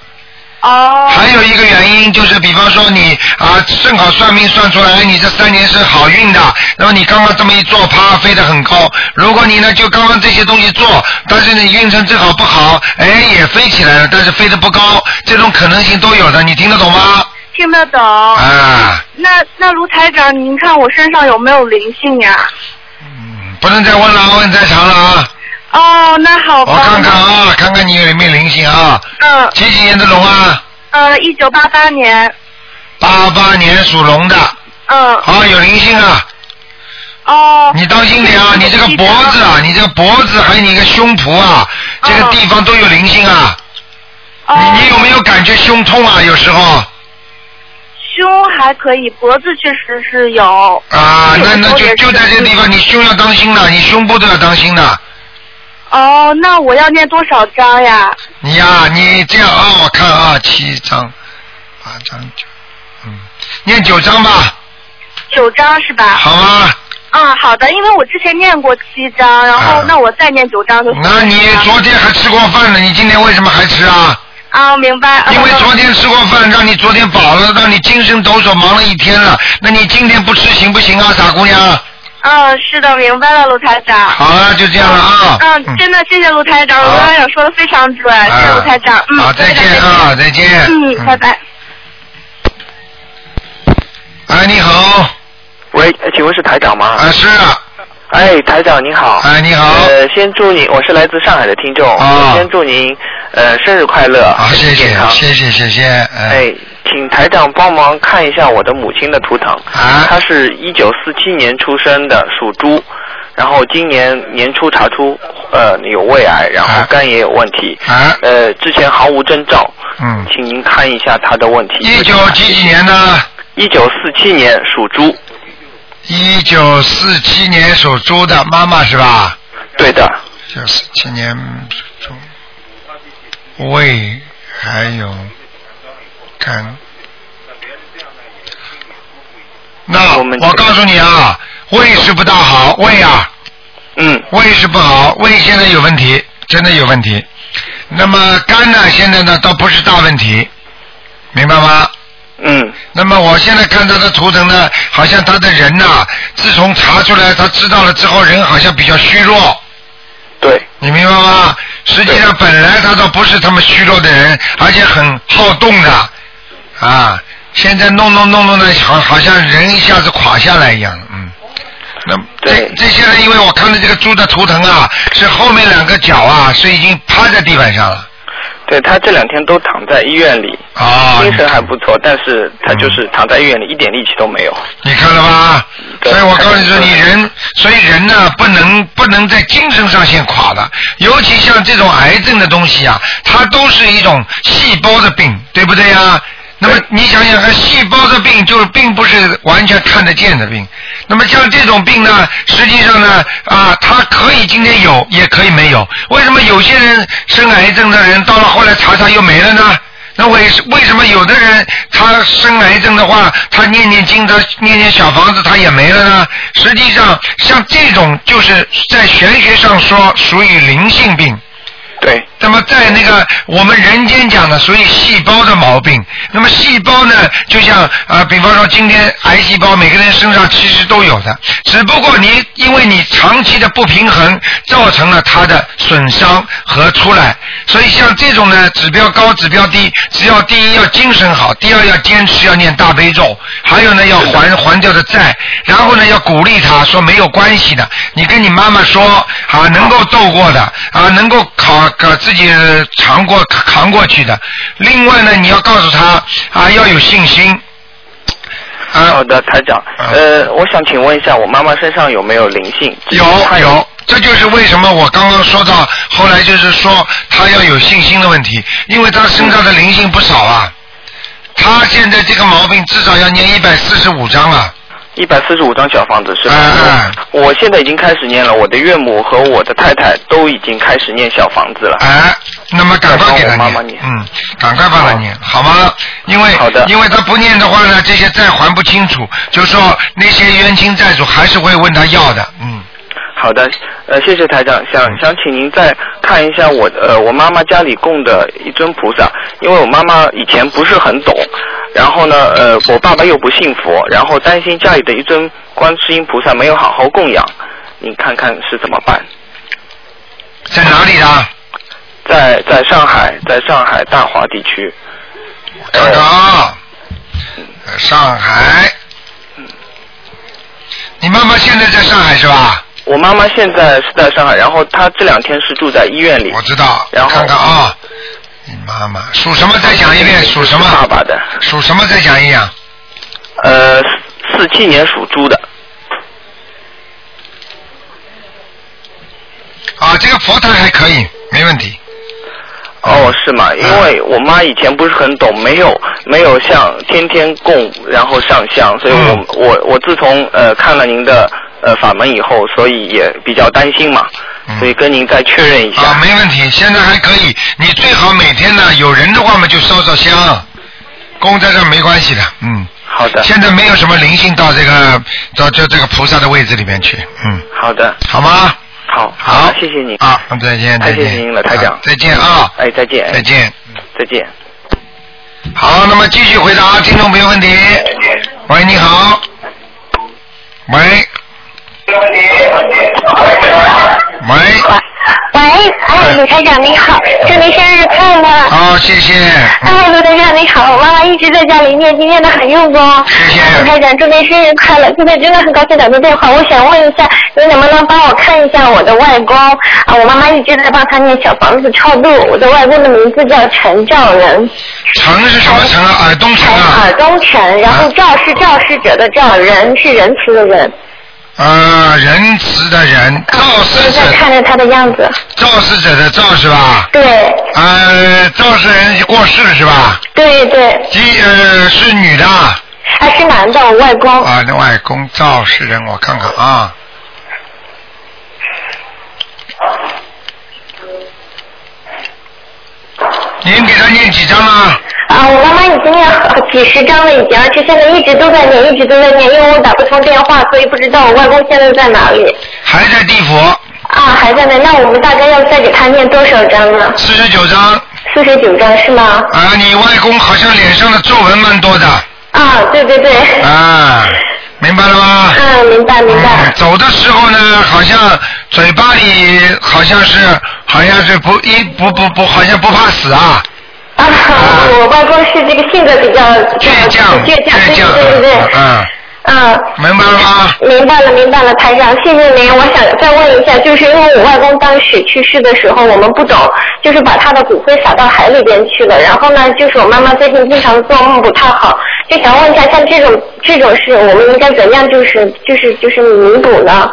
F: 哦。
A: 还有一个原因就是，比方说你啊，正好算命算出来你这三年是好运的，那么你刚刚这么一做，啪飞得很高。如果你呢就刚刚这些东西做，但是你运程正好不好，哎也飞起来了，但是飞得不高，这种可能性都有的，你听得懂吗？
F: 听得懂。
A: 啊，
F: 那那卢台长，您看我身上有没有灵性呀、
A: 不能再问了，问太长了啊！
F: 哦，那好吧。
A: 我看看啊，看看你有没有灵性啊？
F: 嗯
A: 几几年的龙啊？
F: 呃，一九八八年，
A: 八八年属龙的，
F: 嗯
A: 好、有灵性啊！
F: 哦。
A: 你当心点啊！你这个脖子啊，你这个脖子还有你一个胸脯啊，这个地方都有灵性啊。
F: 嗯哦、
A: 你你有没有感觉胸痛啊？有时候
F: 胸还可以，脖子确实是有。
A: 啊，那那就
F: 有
A: 就在这地方，你胸要当心了，你胸部都要当心的。
F: 哦，那我要念多少章呀？
A: 你呀、你这样啊，我看啊，七张、八张、九，嗯，念九张吧，
F: 九章是吧？
A: 好吗？
F: 嗯，好的，因为我之前念过七章，然后、
A: 啊
F: 那我再念九章就行了。
A: 那你昨天还吃过饭呢，你今天为什么还吃啊？
F: 啊，明白。
A: 因为
F: 嗯
A: 昨天吃过饭，让你昨天饱了，让你精神抖擞，忙了一天了。那你今天不吃行不行啊，傻姑娘？
F: 嗯，是的，明白了，卢台长。
A: 好了，就这样了啊。
F: 嗯，真的谢谢卢台长，
A: 好
F: 卢台长说的非常准，谢谢卢台长。嗯，
A: 好，再见啊，再见。
F: 嗯，拜。拜。
A: 哎，你好，
C: 喂，请问是台长吗？
A: 啊是啊，
C: 哎，台长您好。
A: 哎你好，
C: 呃，先祝您，我是来自上海的听众，
A: 啊
C: 先祝您呃生日快乐，
A: 好谢
C: 身体
A: 啊谢
C: 健康。
A: 谢谢谢谢，哎
C: 哎，请台长帮忙看一下我的母亲的图腾，她
A: 啊，
C: 是一九四七年出生的，属猪，然后今年年初查出呃有胃癌，然后
A: 啊
C: 肝也有问题，
A: 啊
C: 呃之前毫无征兆，
A: 嗯，
C: 请您看一下她的问题。
A: 一九几几年呢？
C: 一九四七年属猪，
A: 一九四七年属猪的妈妈是吧？
C: 对的，
A: 九四七年属猪，胃还有肝。那
C: 我们
A: 我告诉你啊，胃是不大好，胃啊，
C: 嗯
A: 胃是不好，胃现在有问题，真的有问题。那么肝呢，现在呢倒不是大问题，明白吗？
C: 嗯
A: 那么我现在看他的图腾呢，好像他的人呐、自从查出来他知道了之后，人好像比较虚弱。
C: 对，
A: 你明白吗？实际上本来他倒不是这么虚弱的人，而且很好动的，啊，现在弄弄弄弄的，好好像人一下子垮下来一样，嗯。那这
C: 对
A: 这些人，因为我看到这个猪的图腾啊，是后面两个脚啊，是已经趴在地板上了。
C: 对她这两天都躺在医院里，
A: 啊，
C: 精神还
A: 你嗯
C: 不错，但是他就是躺在医院里一点力气都没有。
A: 你看了吧？所以我告诉你说，你人，所以人呢，不能不能在精神上先垮了，尤其像这种癌症的东西啊，它都是一种细胞的病，对不对啊？那么你想想看，细胞的病就并不是完全看得见的病。那么像这种病呢，实际上呢，啊，它可以今天有，也可以没有。为什么有些人生癌症的人到了后来查查又没了呢？那为为什么有的人他生癌症的话，他念念经，他念念小房子，他也没了呢？实际上，像这种就是在玄学上说属于灵性病。
D: 对。
A: 那么在那个我们人间讲的属于细胞的毛病，那么细胞呢，就像啊、呃比方说今天癌细胞，每个人身上其实都有的，只不过你因为你长期的不平衡，造成了它的损伤和出来。所以像这种呢，指标高，指标低，只要第一要精神好，第二要坚持要念大悲咒，还有呢要还还掉的债，然后呢要鼓励他说没有关系的，你跟你妈妈说啊，能够斗过的啊，能够考考自己扛过扛过去的。另外呢，你要告诉他啊，要有信心。啊
G: 好的，台长，呃，我想请问一下，我妈妈身上有没有灵性？
A: 有有，这就是为什么我刚刚说到后来就是说他要有信心的问题，因为他身上的灵性不少啊。他现在这个毛病至少要念一百四十五章了。哎
G: 一百四十五张小房子是
A: 啊
G: 吧？我现在已经开始念了，我的岳母和我的太太都已经开始念小房子了。
A: 哎，那么赶快给他
G: 我妈
A: 念，
G: 妈念
A: 嗯，赶快帮他念，好吗？因为
G: 好的
A: 因为他不念的话呢，这些债还不清楚，就是说那些冤亲债主还是会问他要的，嗯。
G: 好的，呃，谢谢台长，想想请您再看一下我呃我妈妈家里供的一尊菩萨，因为我妈妈以前不是很懂，然后呢，呃，我爸爸又不信佛，然后担心家里的一尊观世音菩萨没有好好供养，您看看是怎么办？
A: 在哪里的？
G: 在在上海，在上海大华地区，哦呃
A: 看看啊，呃上海。你妈妈现在在上海是吧？
G: 我妈妈现在是在上海，然后她这两天是住在医院里
A: 我，知道，
G: 嗯然后
A: 看看啊，你妈妈属什么？再讲一遍，属什
G: 爸
A: 么？
G: 爸的，
A: 属什么？再讲一讲。
G: 呃，四四七年属猪的，
A: 啊，这个佛台还可以，没问题。
G: 哦，是吗？
A: 嗯
G: 因为我妈以前不是很懂，没有没有像天天供，然后上香，所以我、
A: 嗯
G: 我我自从呃看了您的呃法门以后，所以也比较担心嘛，
A: 嗯
G: 所以跟您再确认一下。
A: 啊，没问题，现在还可以。你最好每天呢，有人的话嘛，就烧烧香，供在这没关系的。嗯，
G: 好的，
A: 现在没有什么灵性到这个到这这个菩萨的位置里面去。嗯，
G: 好的，
A: 好吗？
G: 好，
A: 好，
G: 谢谢您，
A: 啊，再见，再
G: 太
A: 见，
G: 嗯谢谢您了，台
A: 啊
G: 长，
A: 再见啊，
G: 哎，再见，
A: 再，见。
G: 再见。
A: 好，那么继续回答听众朋友问题。喂，你好。喂。喂，
F: 喂，哎，鲁台长你好，祝您生日快乐！
A: 好，谢谢，嗯
F: 哎，鲁台长你好，我妈妈一直在家里念经，念得很用功。
A: 谢谢
F: 哎鲁台长，祝您生日快乐！现在真的很高兴打通电话，我想问一下，您能不能帮我看一下我的外公？啊，我妈妈一直在帮他念小房子超度，我的外公的名字叫陈兆仁，
A: 城是什么城啊？耳东城
F: 陈
A: 啊
F: 耳？东陈，然后赵是肇事者的赵，仁是仁慈的仁。
A: 呃，仁慈的仁，肇事
F: 现在
A: 者，
F: 看着他的样子，
A: 肇事者的肇是吧？
F: 对
A: 呃，肇事人过世了是吧？
F: 对对，
A: 一呃是女的啊，
F: 哎，是男的，我外公。
A: 啊那外公肇事人，我看看啊。您给他念几张啊？
F: 啊，我妈妈已经念好几十张了，已经，而且现在一直都在念，一直都在念，因为我打不通电话，所以不知道我外公现在在哪里。
A: 还在地府，
F: 啊，还在那，那我们大概要再给他念多少张呢？
A: 四十九张。
F: 四十九张是吗？
A: 啊，你外公好像脸上的皱纹蛮多的。
F: 啊，对对对。
A: 啊，明白了吗？
F: 嗯，明白明
A: 嗯
F: 白。
A: 走的时候呢，好像嘴巴里好像是好像是不一不不不，好像不怕死啊，
F: 啊，我外公是这个性格比较
A: 倔强
F: 倔强，
A: 倔
F: 对
A: 强，
F: 对对对对。
A: 嗯，
F: 嗯，
A: 明白了吗？
F: 明白了，明白了，台长，谢谢您。我想再问一下，就是因为我外公当时去世的时候，我们不懂，就是把他的骨灰撒到海里边去了。然后呢，就是我妈妈最近经常做梦不太好，就想问一下，像这种这种事，我们应该怎样就是就是就是弥补呢？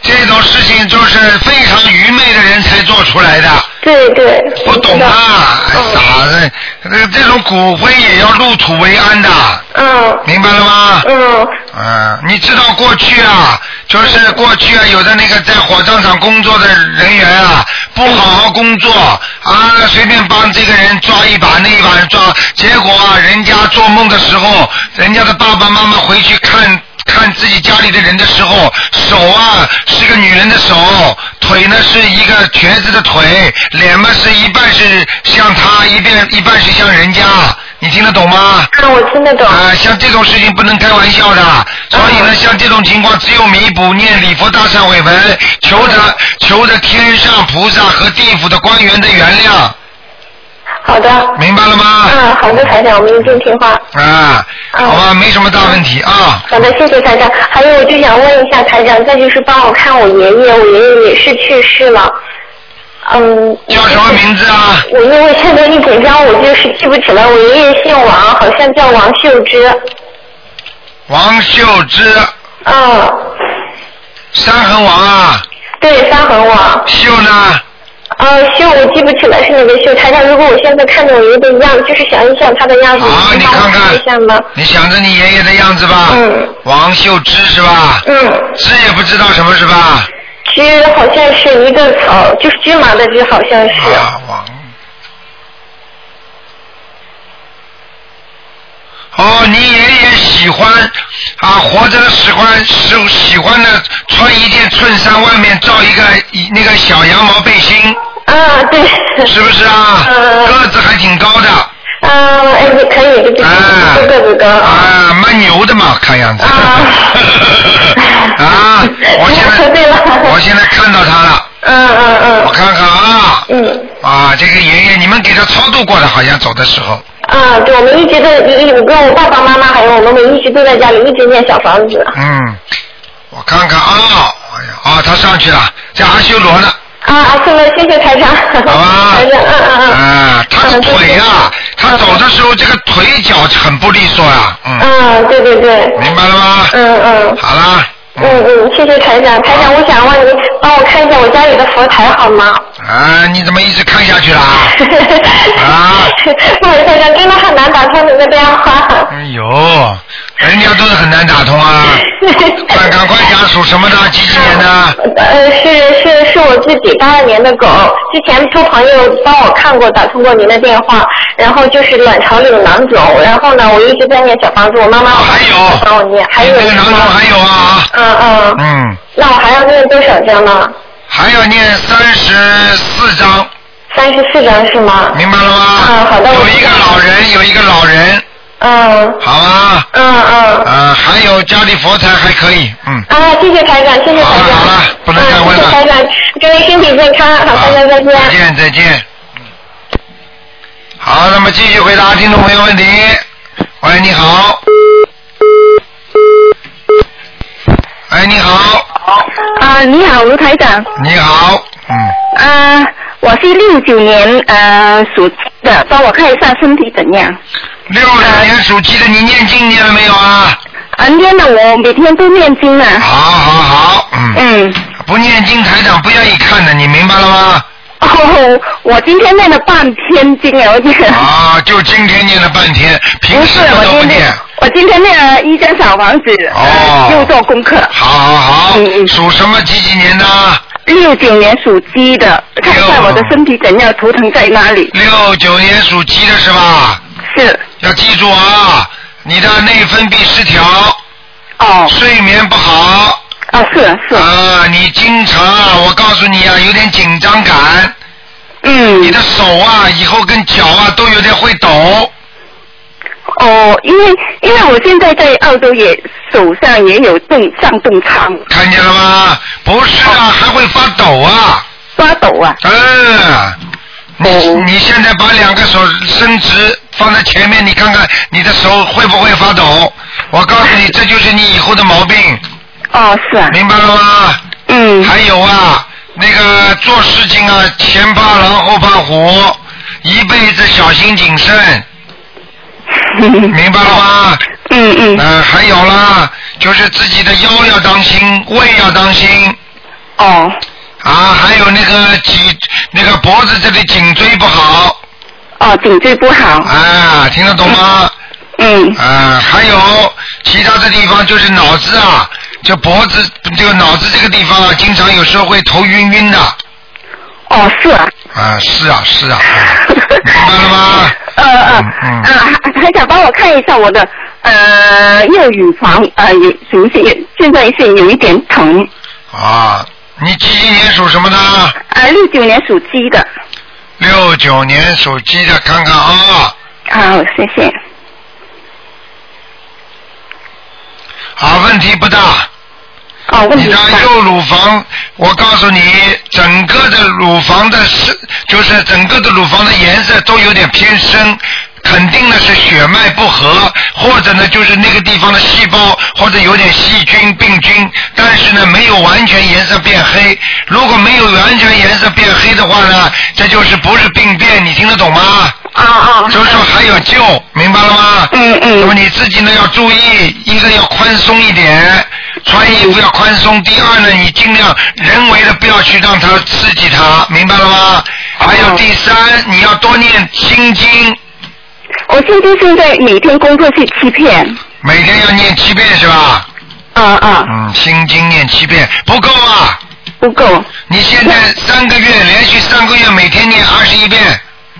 A: 这种事情就是非常愚昧的人才做出来的，
F: 对对，
A: 不懂啊，傻子，这这种骨灰也要入土为安的，
F: 嗯
A: 明白了吗？
F: 嗯
A: 嗯，你知道过去啊，就是过去啊，有的那个在火葬场工作的人员啊，不好好工作啊，随便帮这个人抓一把那一把人抓，结果啊，人家做梦的时候，人家的爸爸妈妈回去看。看自己家里的人的时候，手啊是个女人的手，腿呢是一个瘸子的腿，脸嘛是一半是像他，一边一半是像人家，你听得懂吗？
F: 啊，我听得懂。
A: 啊、像这种事情不能开玩笑的，所以
F: 嗯
A: 呢，像这种情况只有弥补念礼佛大忏悔文，求
F: 嗯
A: 着求着天上菩萨和地府的官员的原谅，
F: 好的，
A: 明白了吗？
F: 嗯，好的，台长，我们一定听话。
A: 啊，
F: 嗯
A: 好吧，没什么大问题啊。
F: 好的，谢谢台长。还有，我就想问一下台长，再就是帮我看我爷爷，我爷爷也是去世了。嗯，
A: 叫什么名字啊？
F: 我因为现在一紧张，我就是记不起来。我爷爷姓王，好像叫王秀芝。
A: 王秀芝，
F: 嗯，
A: 三横王啊，
F: 对，三横王。
A: 秀呢？
F: 呃，秀我记不起来是哪个秀。台长，如果我现在看着我爷爷的样，就是想一想他的样子，
A: 好
F: 能
A: 你
F: 帮
A: 看
F: 我
A: 啊看
F: 看一下吗？
A: 你想着你爷爷的样子吧？
F: 嗯
A: 王秀芝是吧？
F: 嗯，
A: 芝也不知道什么是吧？
F: 芝好像是一个草，就是芝麻的芝，好像是。
A: 啊，王。哦，你爷爷喜欢啊，活着的喜欢是喜欢的穿一件衬衫，外面罩一个一那个小羊毛背心，
F: 啊，对。
A: 是不是啊？
F: 嗯
A: 个子还挺高的，
F: 啊，哎，你可以，就是
A: 啊
F: 这个这个啊。
A: 啊，蛮牛的嘛，看样子。
F: 啊
A: 啊，我现在
F: 说 对了
A: 我现在看到他了，
F: 嗯
A: 我
F: 嗯
A: 看看啊，
F: 嗯，嗯，
A: 啊，这个爷爷你们给他超度过的，好像走的时候。
F: 啊，对，我们一直都，一我跟我爸爸妈妈还有我们，我们一直都在家里一直念小房子。
A: 嗯，我看看啊，哎呀，啊，他上去了，在阿修罗呢，
F: 啊，阿修罗，谢谢台长。
A: 好吧？
F: 台长，嗯嗯嗯。
A: 啊，他的腿啊，他走的时候这个腿脚很不利索啊，嗯，
F: 嗯，对对对。
A: 明白了吗？
F: 嗯嗯。
A: 好啦，
F: 嗯
A: 嗯，
F: 嗯，谢谢台长。台长，我想问您，帮我看一下我家里的佛台好吗？
A: 啊，你怎么一直看下去啦？
F: 啊不好意思，台长，真的很难打通您的电 话。
A: 哎呦，人家都是很难打通啊，快赶快讲属什么的，几几年的？
F: 呃，是是是我自己八二年的狗，之前托朋友帮我看过，打通过您的电话，然后就是卵巢里有囊肿，然后呢，我一直在念小房子，我妈妈
A: 哦还有
F: 帮我念，还
A: 你
F: 有
A: 这个囊中还有啊，
F: 嗯嗯，
A: 嗯，
F: 那我还要念多少张呢？
A: 还要念三十四章。
F: 三十四张是吗？
A: 明白了吗？
F: 嗯好的
A: 有
F: 我
A: 一个
F: 知道
A: 老人，有一个老人，
F: 嗯
A: 好吗？
F: 嗯嗯。
A: 呃，还有家里佛台还可以，嗯。
F: 啊，谢谢台长，谢谢台
A: 好了
F: 长。
A: 好了不能再问了啊
F: 嗯谢谢台长，祝您身体健康，好，大家再见。
A: 再见再见。嗯好，那么继续回答听众朋友问题。喂，你好。喂，哎你好，
H: 啊、你好，卢台长。
A: 你好，嗯，
H: 啊、我是六九年呃属鸡的，帮我看一下身体怎样。
A: 六九年属鸡的，你念经念了没有啊？
H: 啊，念了，我每天都念经呢。
A: 好好好，嗯，
H: 嗯，
A: 不念经台长不愿意看的，你明白了吗？
H: 哦，我今天念了半天经哎了，我念。
A: 啊，就今天念了半天，平
H: 不
A: 时
H: 是，
A: 什么都
H: 我
A: 不
H: 今
A: 念
H: 天。我今天念了一间小房子，
A: 哦
H: 呃又做功课。
A: 好好好
H: 嗯，嗯
A: 属什么几几年的？
H: 六九年属鸡的，看一
A: 哎
H: 下
A: 呦
H: 我的身体怎样，图腾在哪里？
A: 六九年属鸡的是吧？
H: 是，
A: 要记住啊，你的内分泌失调，
H: 哦，
A: 睡眠不好
H: 啊，是是，
A: 啊，你经常啊，我告诉你啊，有点紧张感，你
H: 嗯，
A: 的手啊，以后跟脚啊都有点会抖。
H: 哦，因为因为我现在在澳洲也手上也有动上动疮，
A: 看见了吗？不是
H: 哦
A: 啊，还会发抖啊。
H: 发抖啊，
A: 嗯，你
H: 哦
A: 你现在把两个手伸直，放在前面，你看看你的手会不会发抖？我告诉你，这就是你以后的毛病。
E: 哦，是啊。
A: 明白了吗？
E: 嗯。
A: 还有啊，那个做事情啊，前怕狼后怕虎，一辈子小心谨慎。 明白了吗？
E: 嗯嗯。
A: 呃，还有啦，就是自己的腰要当心，胃要当心。
E: 哦。
A: 啊，还有那个脊、那个脖子这里颈椎不好。
E: 哦，颈椎不好。
A: 啊，听得懂吗？
E: 嗯。
A: 啊，还有其他的地方就是脑子啊，就脖子这个脑子这个地方啊，经常有时候会头晕晕的。
E: 哦，是啊。
A: 啊，是啊，是啊，明白了吗？
E: 呃呃
A: 嗯
E: 呃，还还想帮我看一下我的呃右乳房呃有行是有现在是有一点疼，
A: 啊，你几几年属什么的？
E: 呃六九年属鸡的，
A: 六九年属鸡的，看看啊。
E: 好谢谢，
A: 啊，问题不大。
E: 哦，问
A: 你
E: 题
A: 的
E: 不大
A: 右乳房，我告诉你，整个的乳房的是，就是整个的乳房的颜色都有点偏深，肯定呢是血脉不和，或者呢就是那个地方的细胞或者有点细菌病菌，但是呢没有完全颜色变黑。如果没有完全颜色变黑的话呢，这就是不是病变，你听得懂吗？
E: 啊啊，
A: 所以说还有救，明白了吗？
E: 嗯嗯
A: 那么你自己呢要注意，一个要宽松一点，穿衣服要宽松。第二呢，你尽量人为的不要去让它刺激它，明白了吗？
E: 哦
A: 还有第三，你要多念心经，
E: 我现在现在每天工作是七片，
A: 每天要念七遍是吧？
E: 啊啊
A: 嗯，心经念七遍不够啊！
E: 不够
A: 你现在三个月连续三个月每天念二十一遍，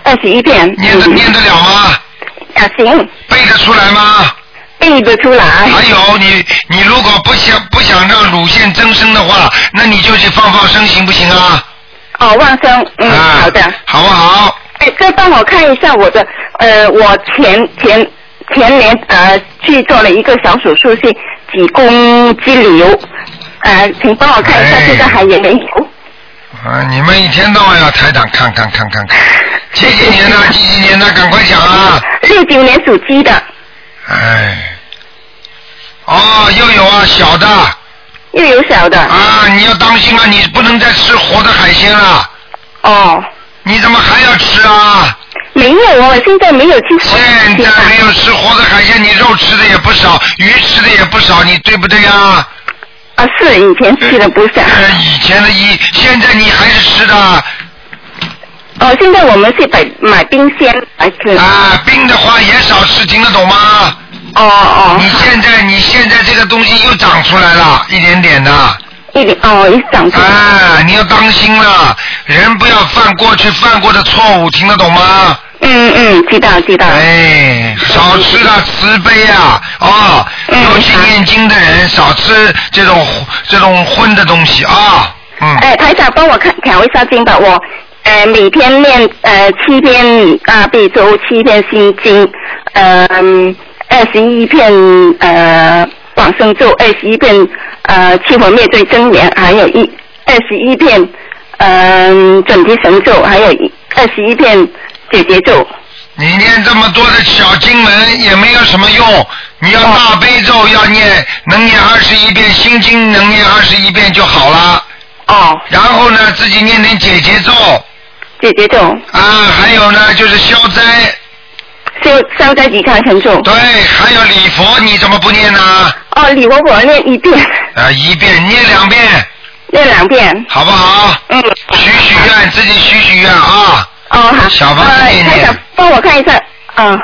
E: 二十一片，
A: 念 得
E: 嗯
A: 念得了吗？
E: 啊行
A: 背得出来吗？
E: 背得出来，
A: 还有你，你如果不想不想让乳腺增生的话，那你就去放放生，行不行啊？
E: 哦万生嗯
A: 啊，
E: 好的，，
A: 好不好？
E: 哎再帮我看一下我的呃我前前。前年呃去做了一个小手术，是子宫肌瘤，
H: 啊
E: 呃，请帮我看一下
A: 哎
E: 现在还有没有？
A: 啊，你们一天到晚要台长看看看看看， 几几年的，几几年的，赶快讲啊！
E: 六九年属鸡的，
A: 哎，哦，又有啊，小的
E: 又有小的，
A: 啊，你要当心啊，你不能再吃活的海鲜了，
E: 哦，
A: 你怎么还要吃啊？
E: 没有哦，现在没有去活
A: 现在没有吃活的海鲜，你肉吃的也不少，鱼吃的也不少，你对不对啊？
E: 啊，是以前吃的不少，
A: 呃，以前的一，现在你还是吃的
E: 哦，现在我们是买买冰鲜来吃，
A: 啊，冰的话也少吃，听得懂吗？
E: 哦哦
A: 你，现在你现在这个东西又长出来了，一点点的，
E: 一点哦一长出来，
A: 啊，你要当心了，人不要犯过去犯过的错误，听得懂吗？
E: 嗯嗯，知道知道，
A: 哎，少吃了慈悲啊，哦，
E: 嗯
A: 尤其念经的人少吃这种这种荤的东西啊，嗯，
E: 哎，台长帮我看调一下经吧，我呃每天念呃七篇大悲咒，七篇心经，呃二十一片呃往生咒，二十一片呃七佛灭罪真言，还有一二十一片嗯、呃、准提神咒，还有一二十一片解结咒。
A: 你念这么多的小经文也没有什么用，你要大悲咒要念，能念二十一遍，心经能念二十一遍就好了。
E: 哦，
A: 然后呢，自己念点解结咒
E: 解结咒，
A: 啊，还有呢就是消灾，
E: 消消灾吉祥神咒。
A: 对，还有礼佛，你怎么不念呢？
E: 哦，李伯伯念一遍，
A: 啊，一遍念两遍，
E: 念两遍。
A: 好不好？
E: 嗯。
A: 许许愿，自己许许愿啊！
E: 哦，好。
A: 小房子
E: 呃
A: 念
E: 台
A: 念
E: 长帮我看一下，啊、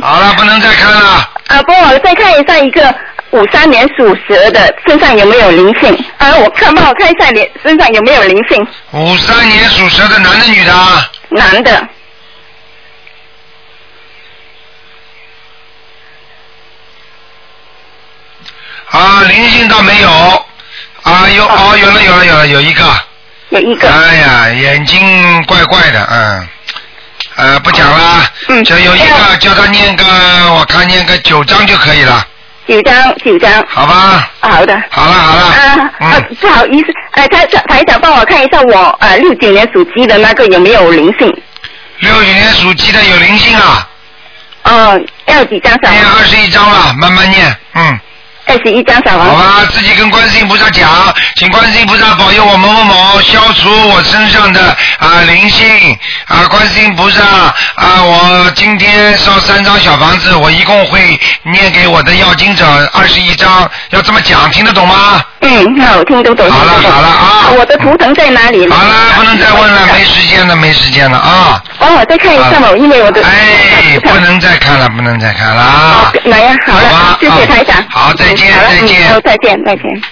A: 好了，不能再看了。
E: 啊，帮我再看一下一个五三年属蛇的身上有没有灵性？啊，我看帮我看一下脸身上有没有灵性？
A: 五三年属蛇的男的女的啊？
E: 男的，
A: 啊，灵性倒没有。啊，有哦，有了有了有了，有一个。
E: 有一个。
A: 哎呀，眼睛怪怪的，嗯，呃，不讲了，
E: 嗯
A: 就有一
E: 哎
A: 个叫他念个，我看念个九章就可以了，
E: 九张，九张，
A: 好吧？
E: 好的。
A: 好了好了，
E: 啊啊
A: 嗯，，
E: 不好意思，哎、台长台长帮我看一下我呃六九年属鸡的那个有没有灵性？
A: 六九年属鸡的有灵性啊，
H: 哦，要几张
E: 嗯
H: 小
A: 二十一章了，慢慢念，嗯。
H: 二十一张小
A: 好
H: 王。
A: 吧，自己跟观世音菩萨讲，请观世音菩萨保佑我某某某消除我身上的啊灵性啊，观世音菩萨啊，我今天烧三张小房子，我一共会念给我的要经者二十一张，要这么讲，听得懂吗？
H: 嗯，好，听得懂。
A: 好了
H: 听得懂
A: 好了啊
H: 我的图腾在哪里呢？
A: 好了，不能再问了，没时间了，没时间了啊！
H: 帮哦我再看一下嘛，因为我的
A: 哎，不能再看了，不能再看了啊！
H: 来呀，好
A: 好吧
H: 了，谢谢台长
A: 啊。好再
H: 嗯
A: 见
H: 好了
A: 再见
H: 嗯好，再见，再见。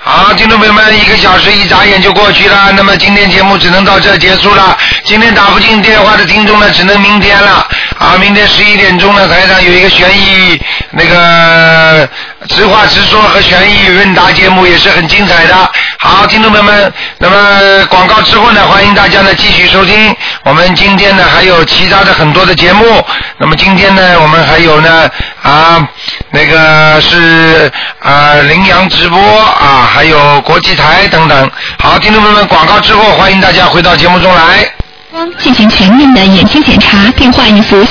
A: 好，听众朋友们，一个小时一眨眼就过去了。那么今天节目只能到这儿结束了。今天打不进电话的听众呢，只能明天了。啊，明天十一点钟呢，台上有一个悬疑那个呃直话直说和悬疑问答节目，也是很精彩的。好，听众朋友们，那么广告之后呢，欢迎大家呢继续收听我们今天呢还有其他的很多的节目。那么今天呢，我们还有呢啊那个是啊羚羊直播啊，还有国际台等等。好，听众朋友们，广告之后欢迎大家回到节目中来。
I: 进行全面的眼睛检查，并换一副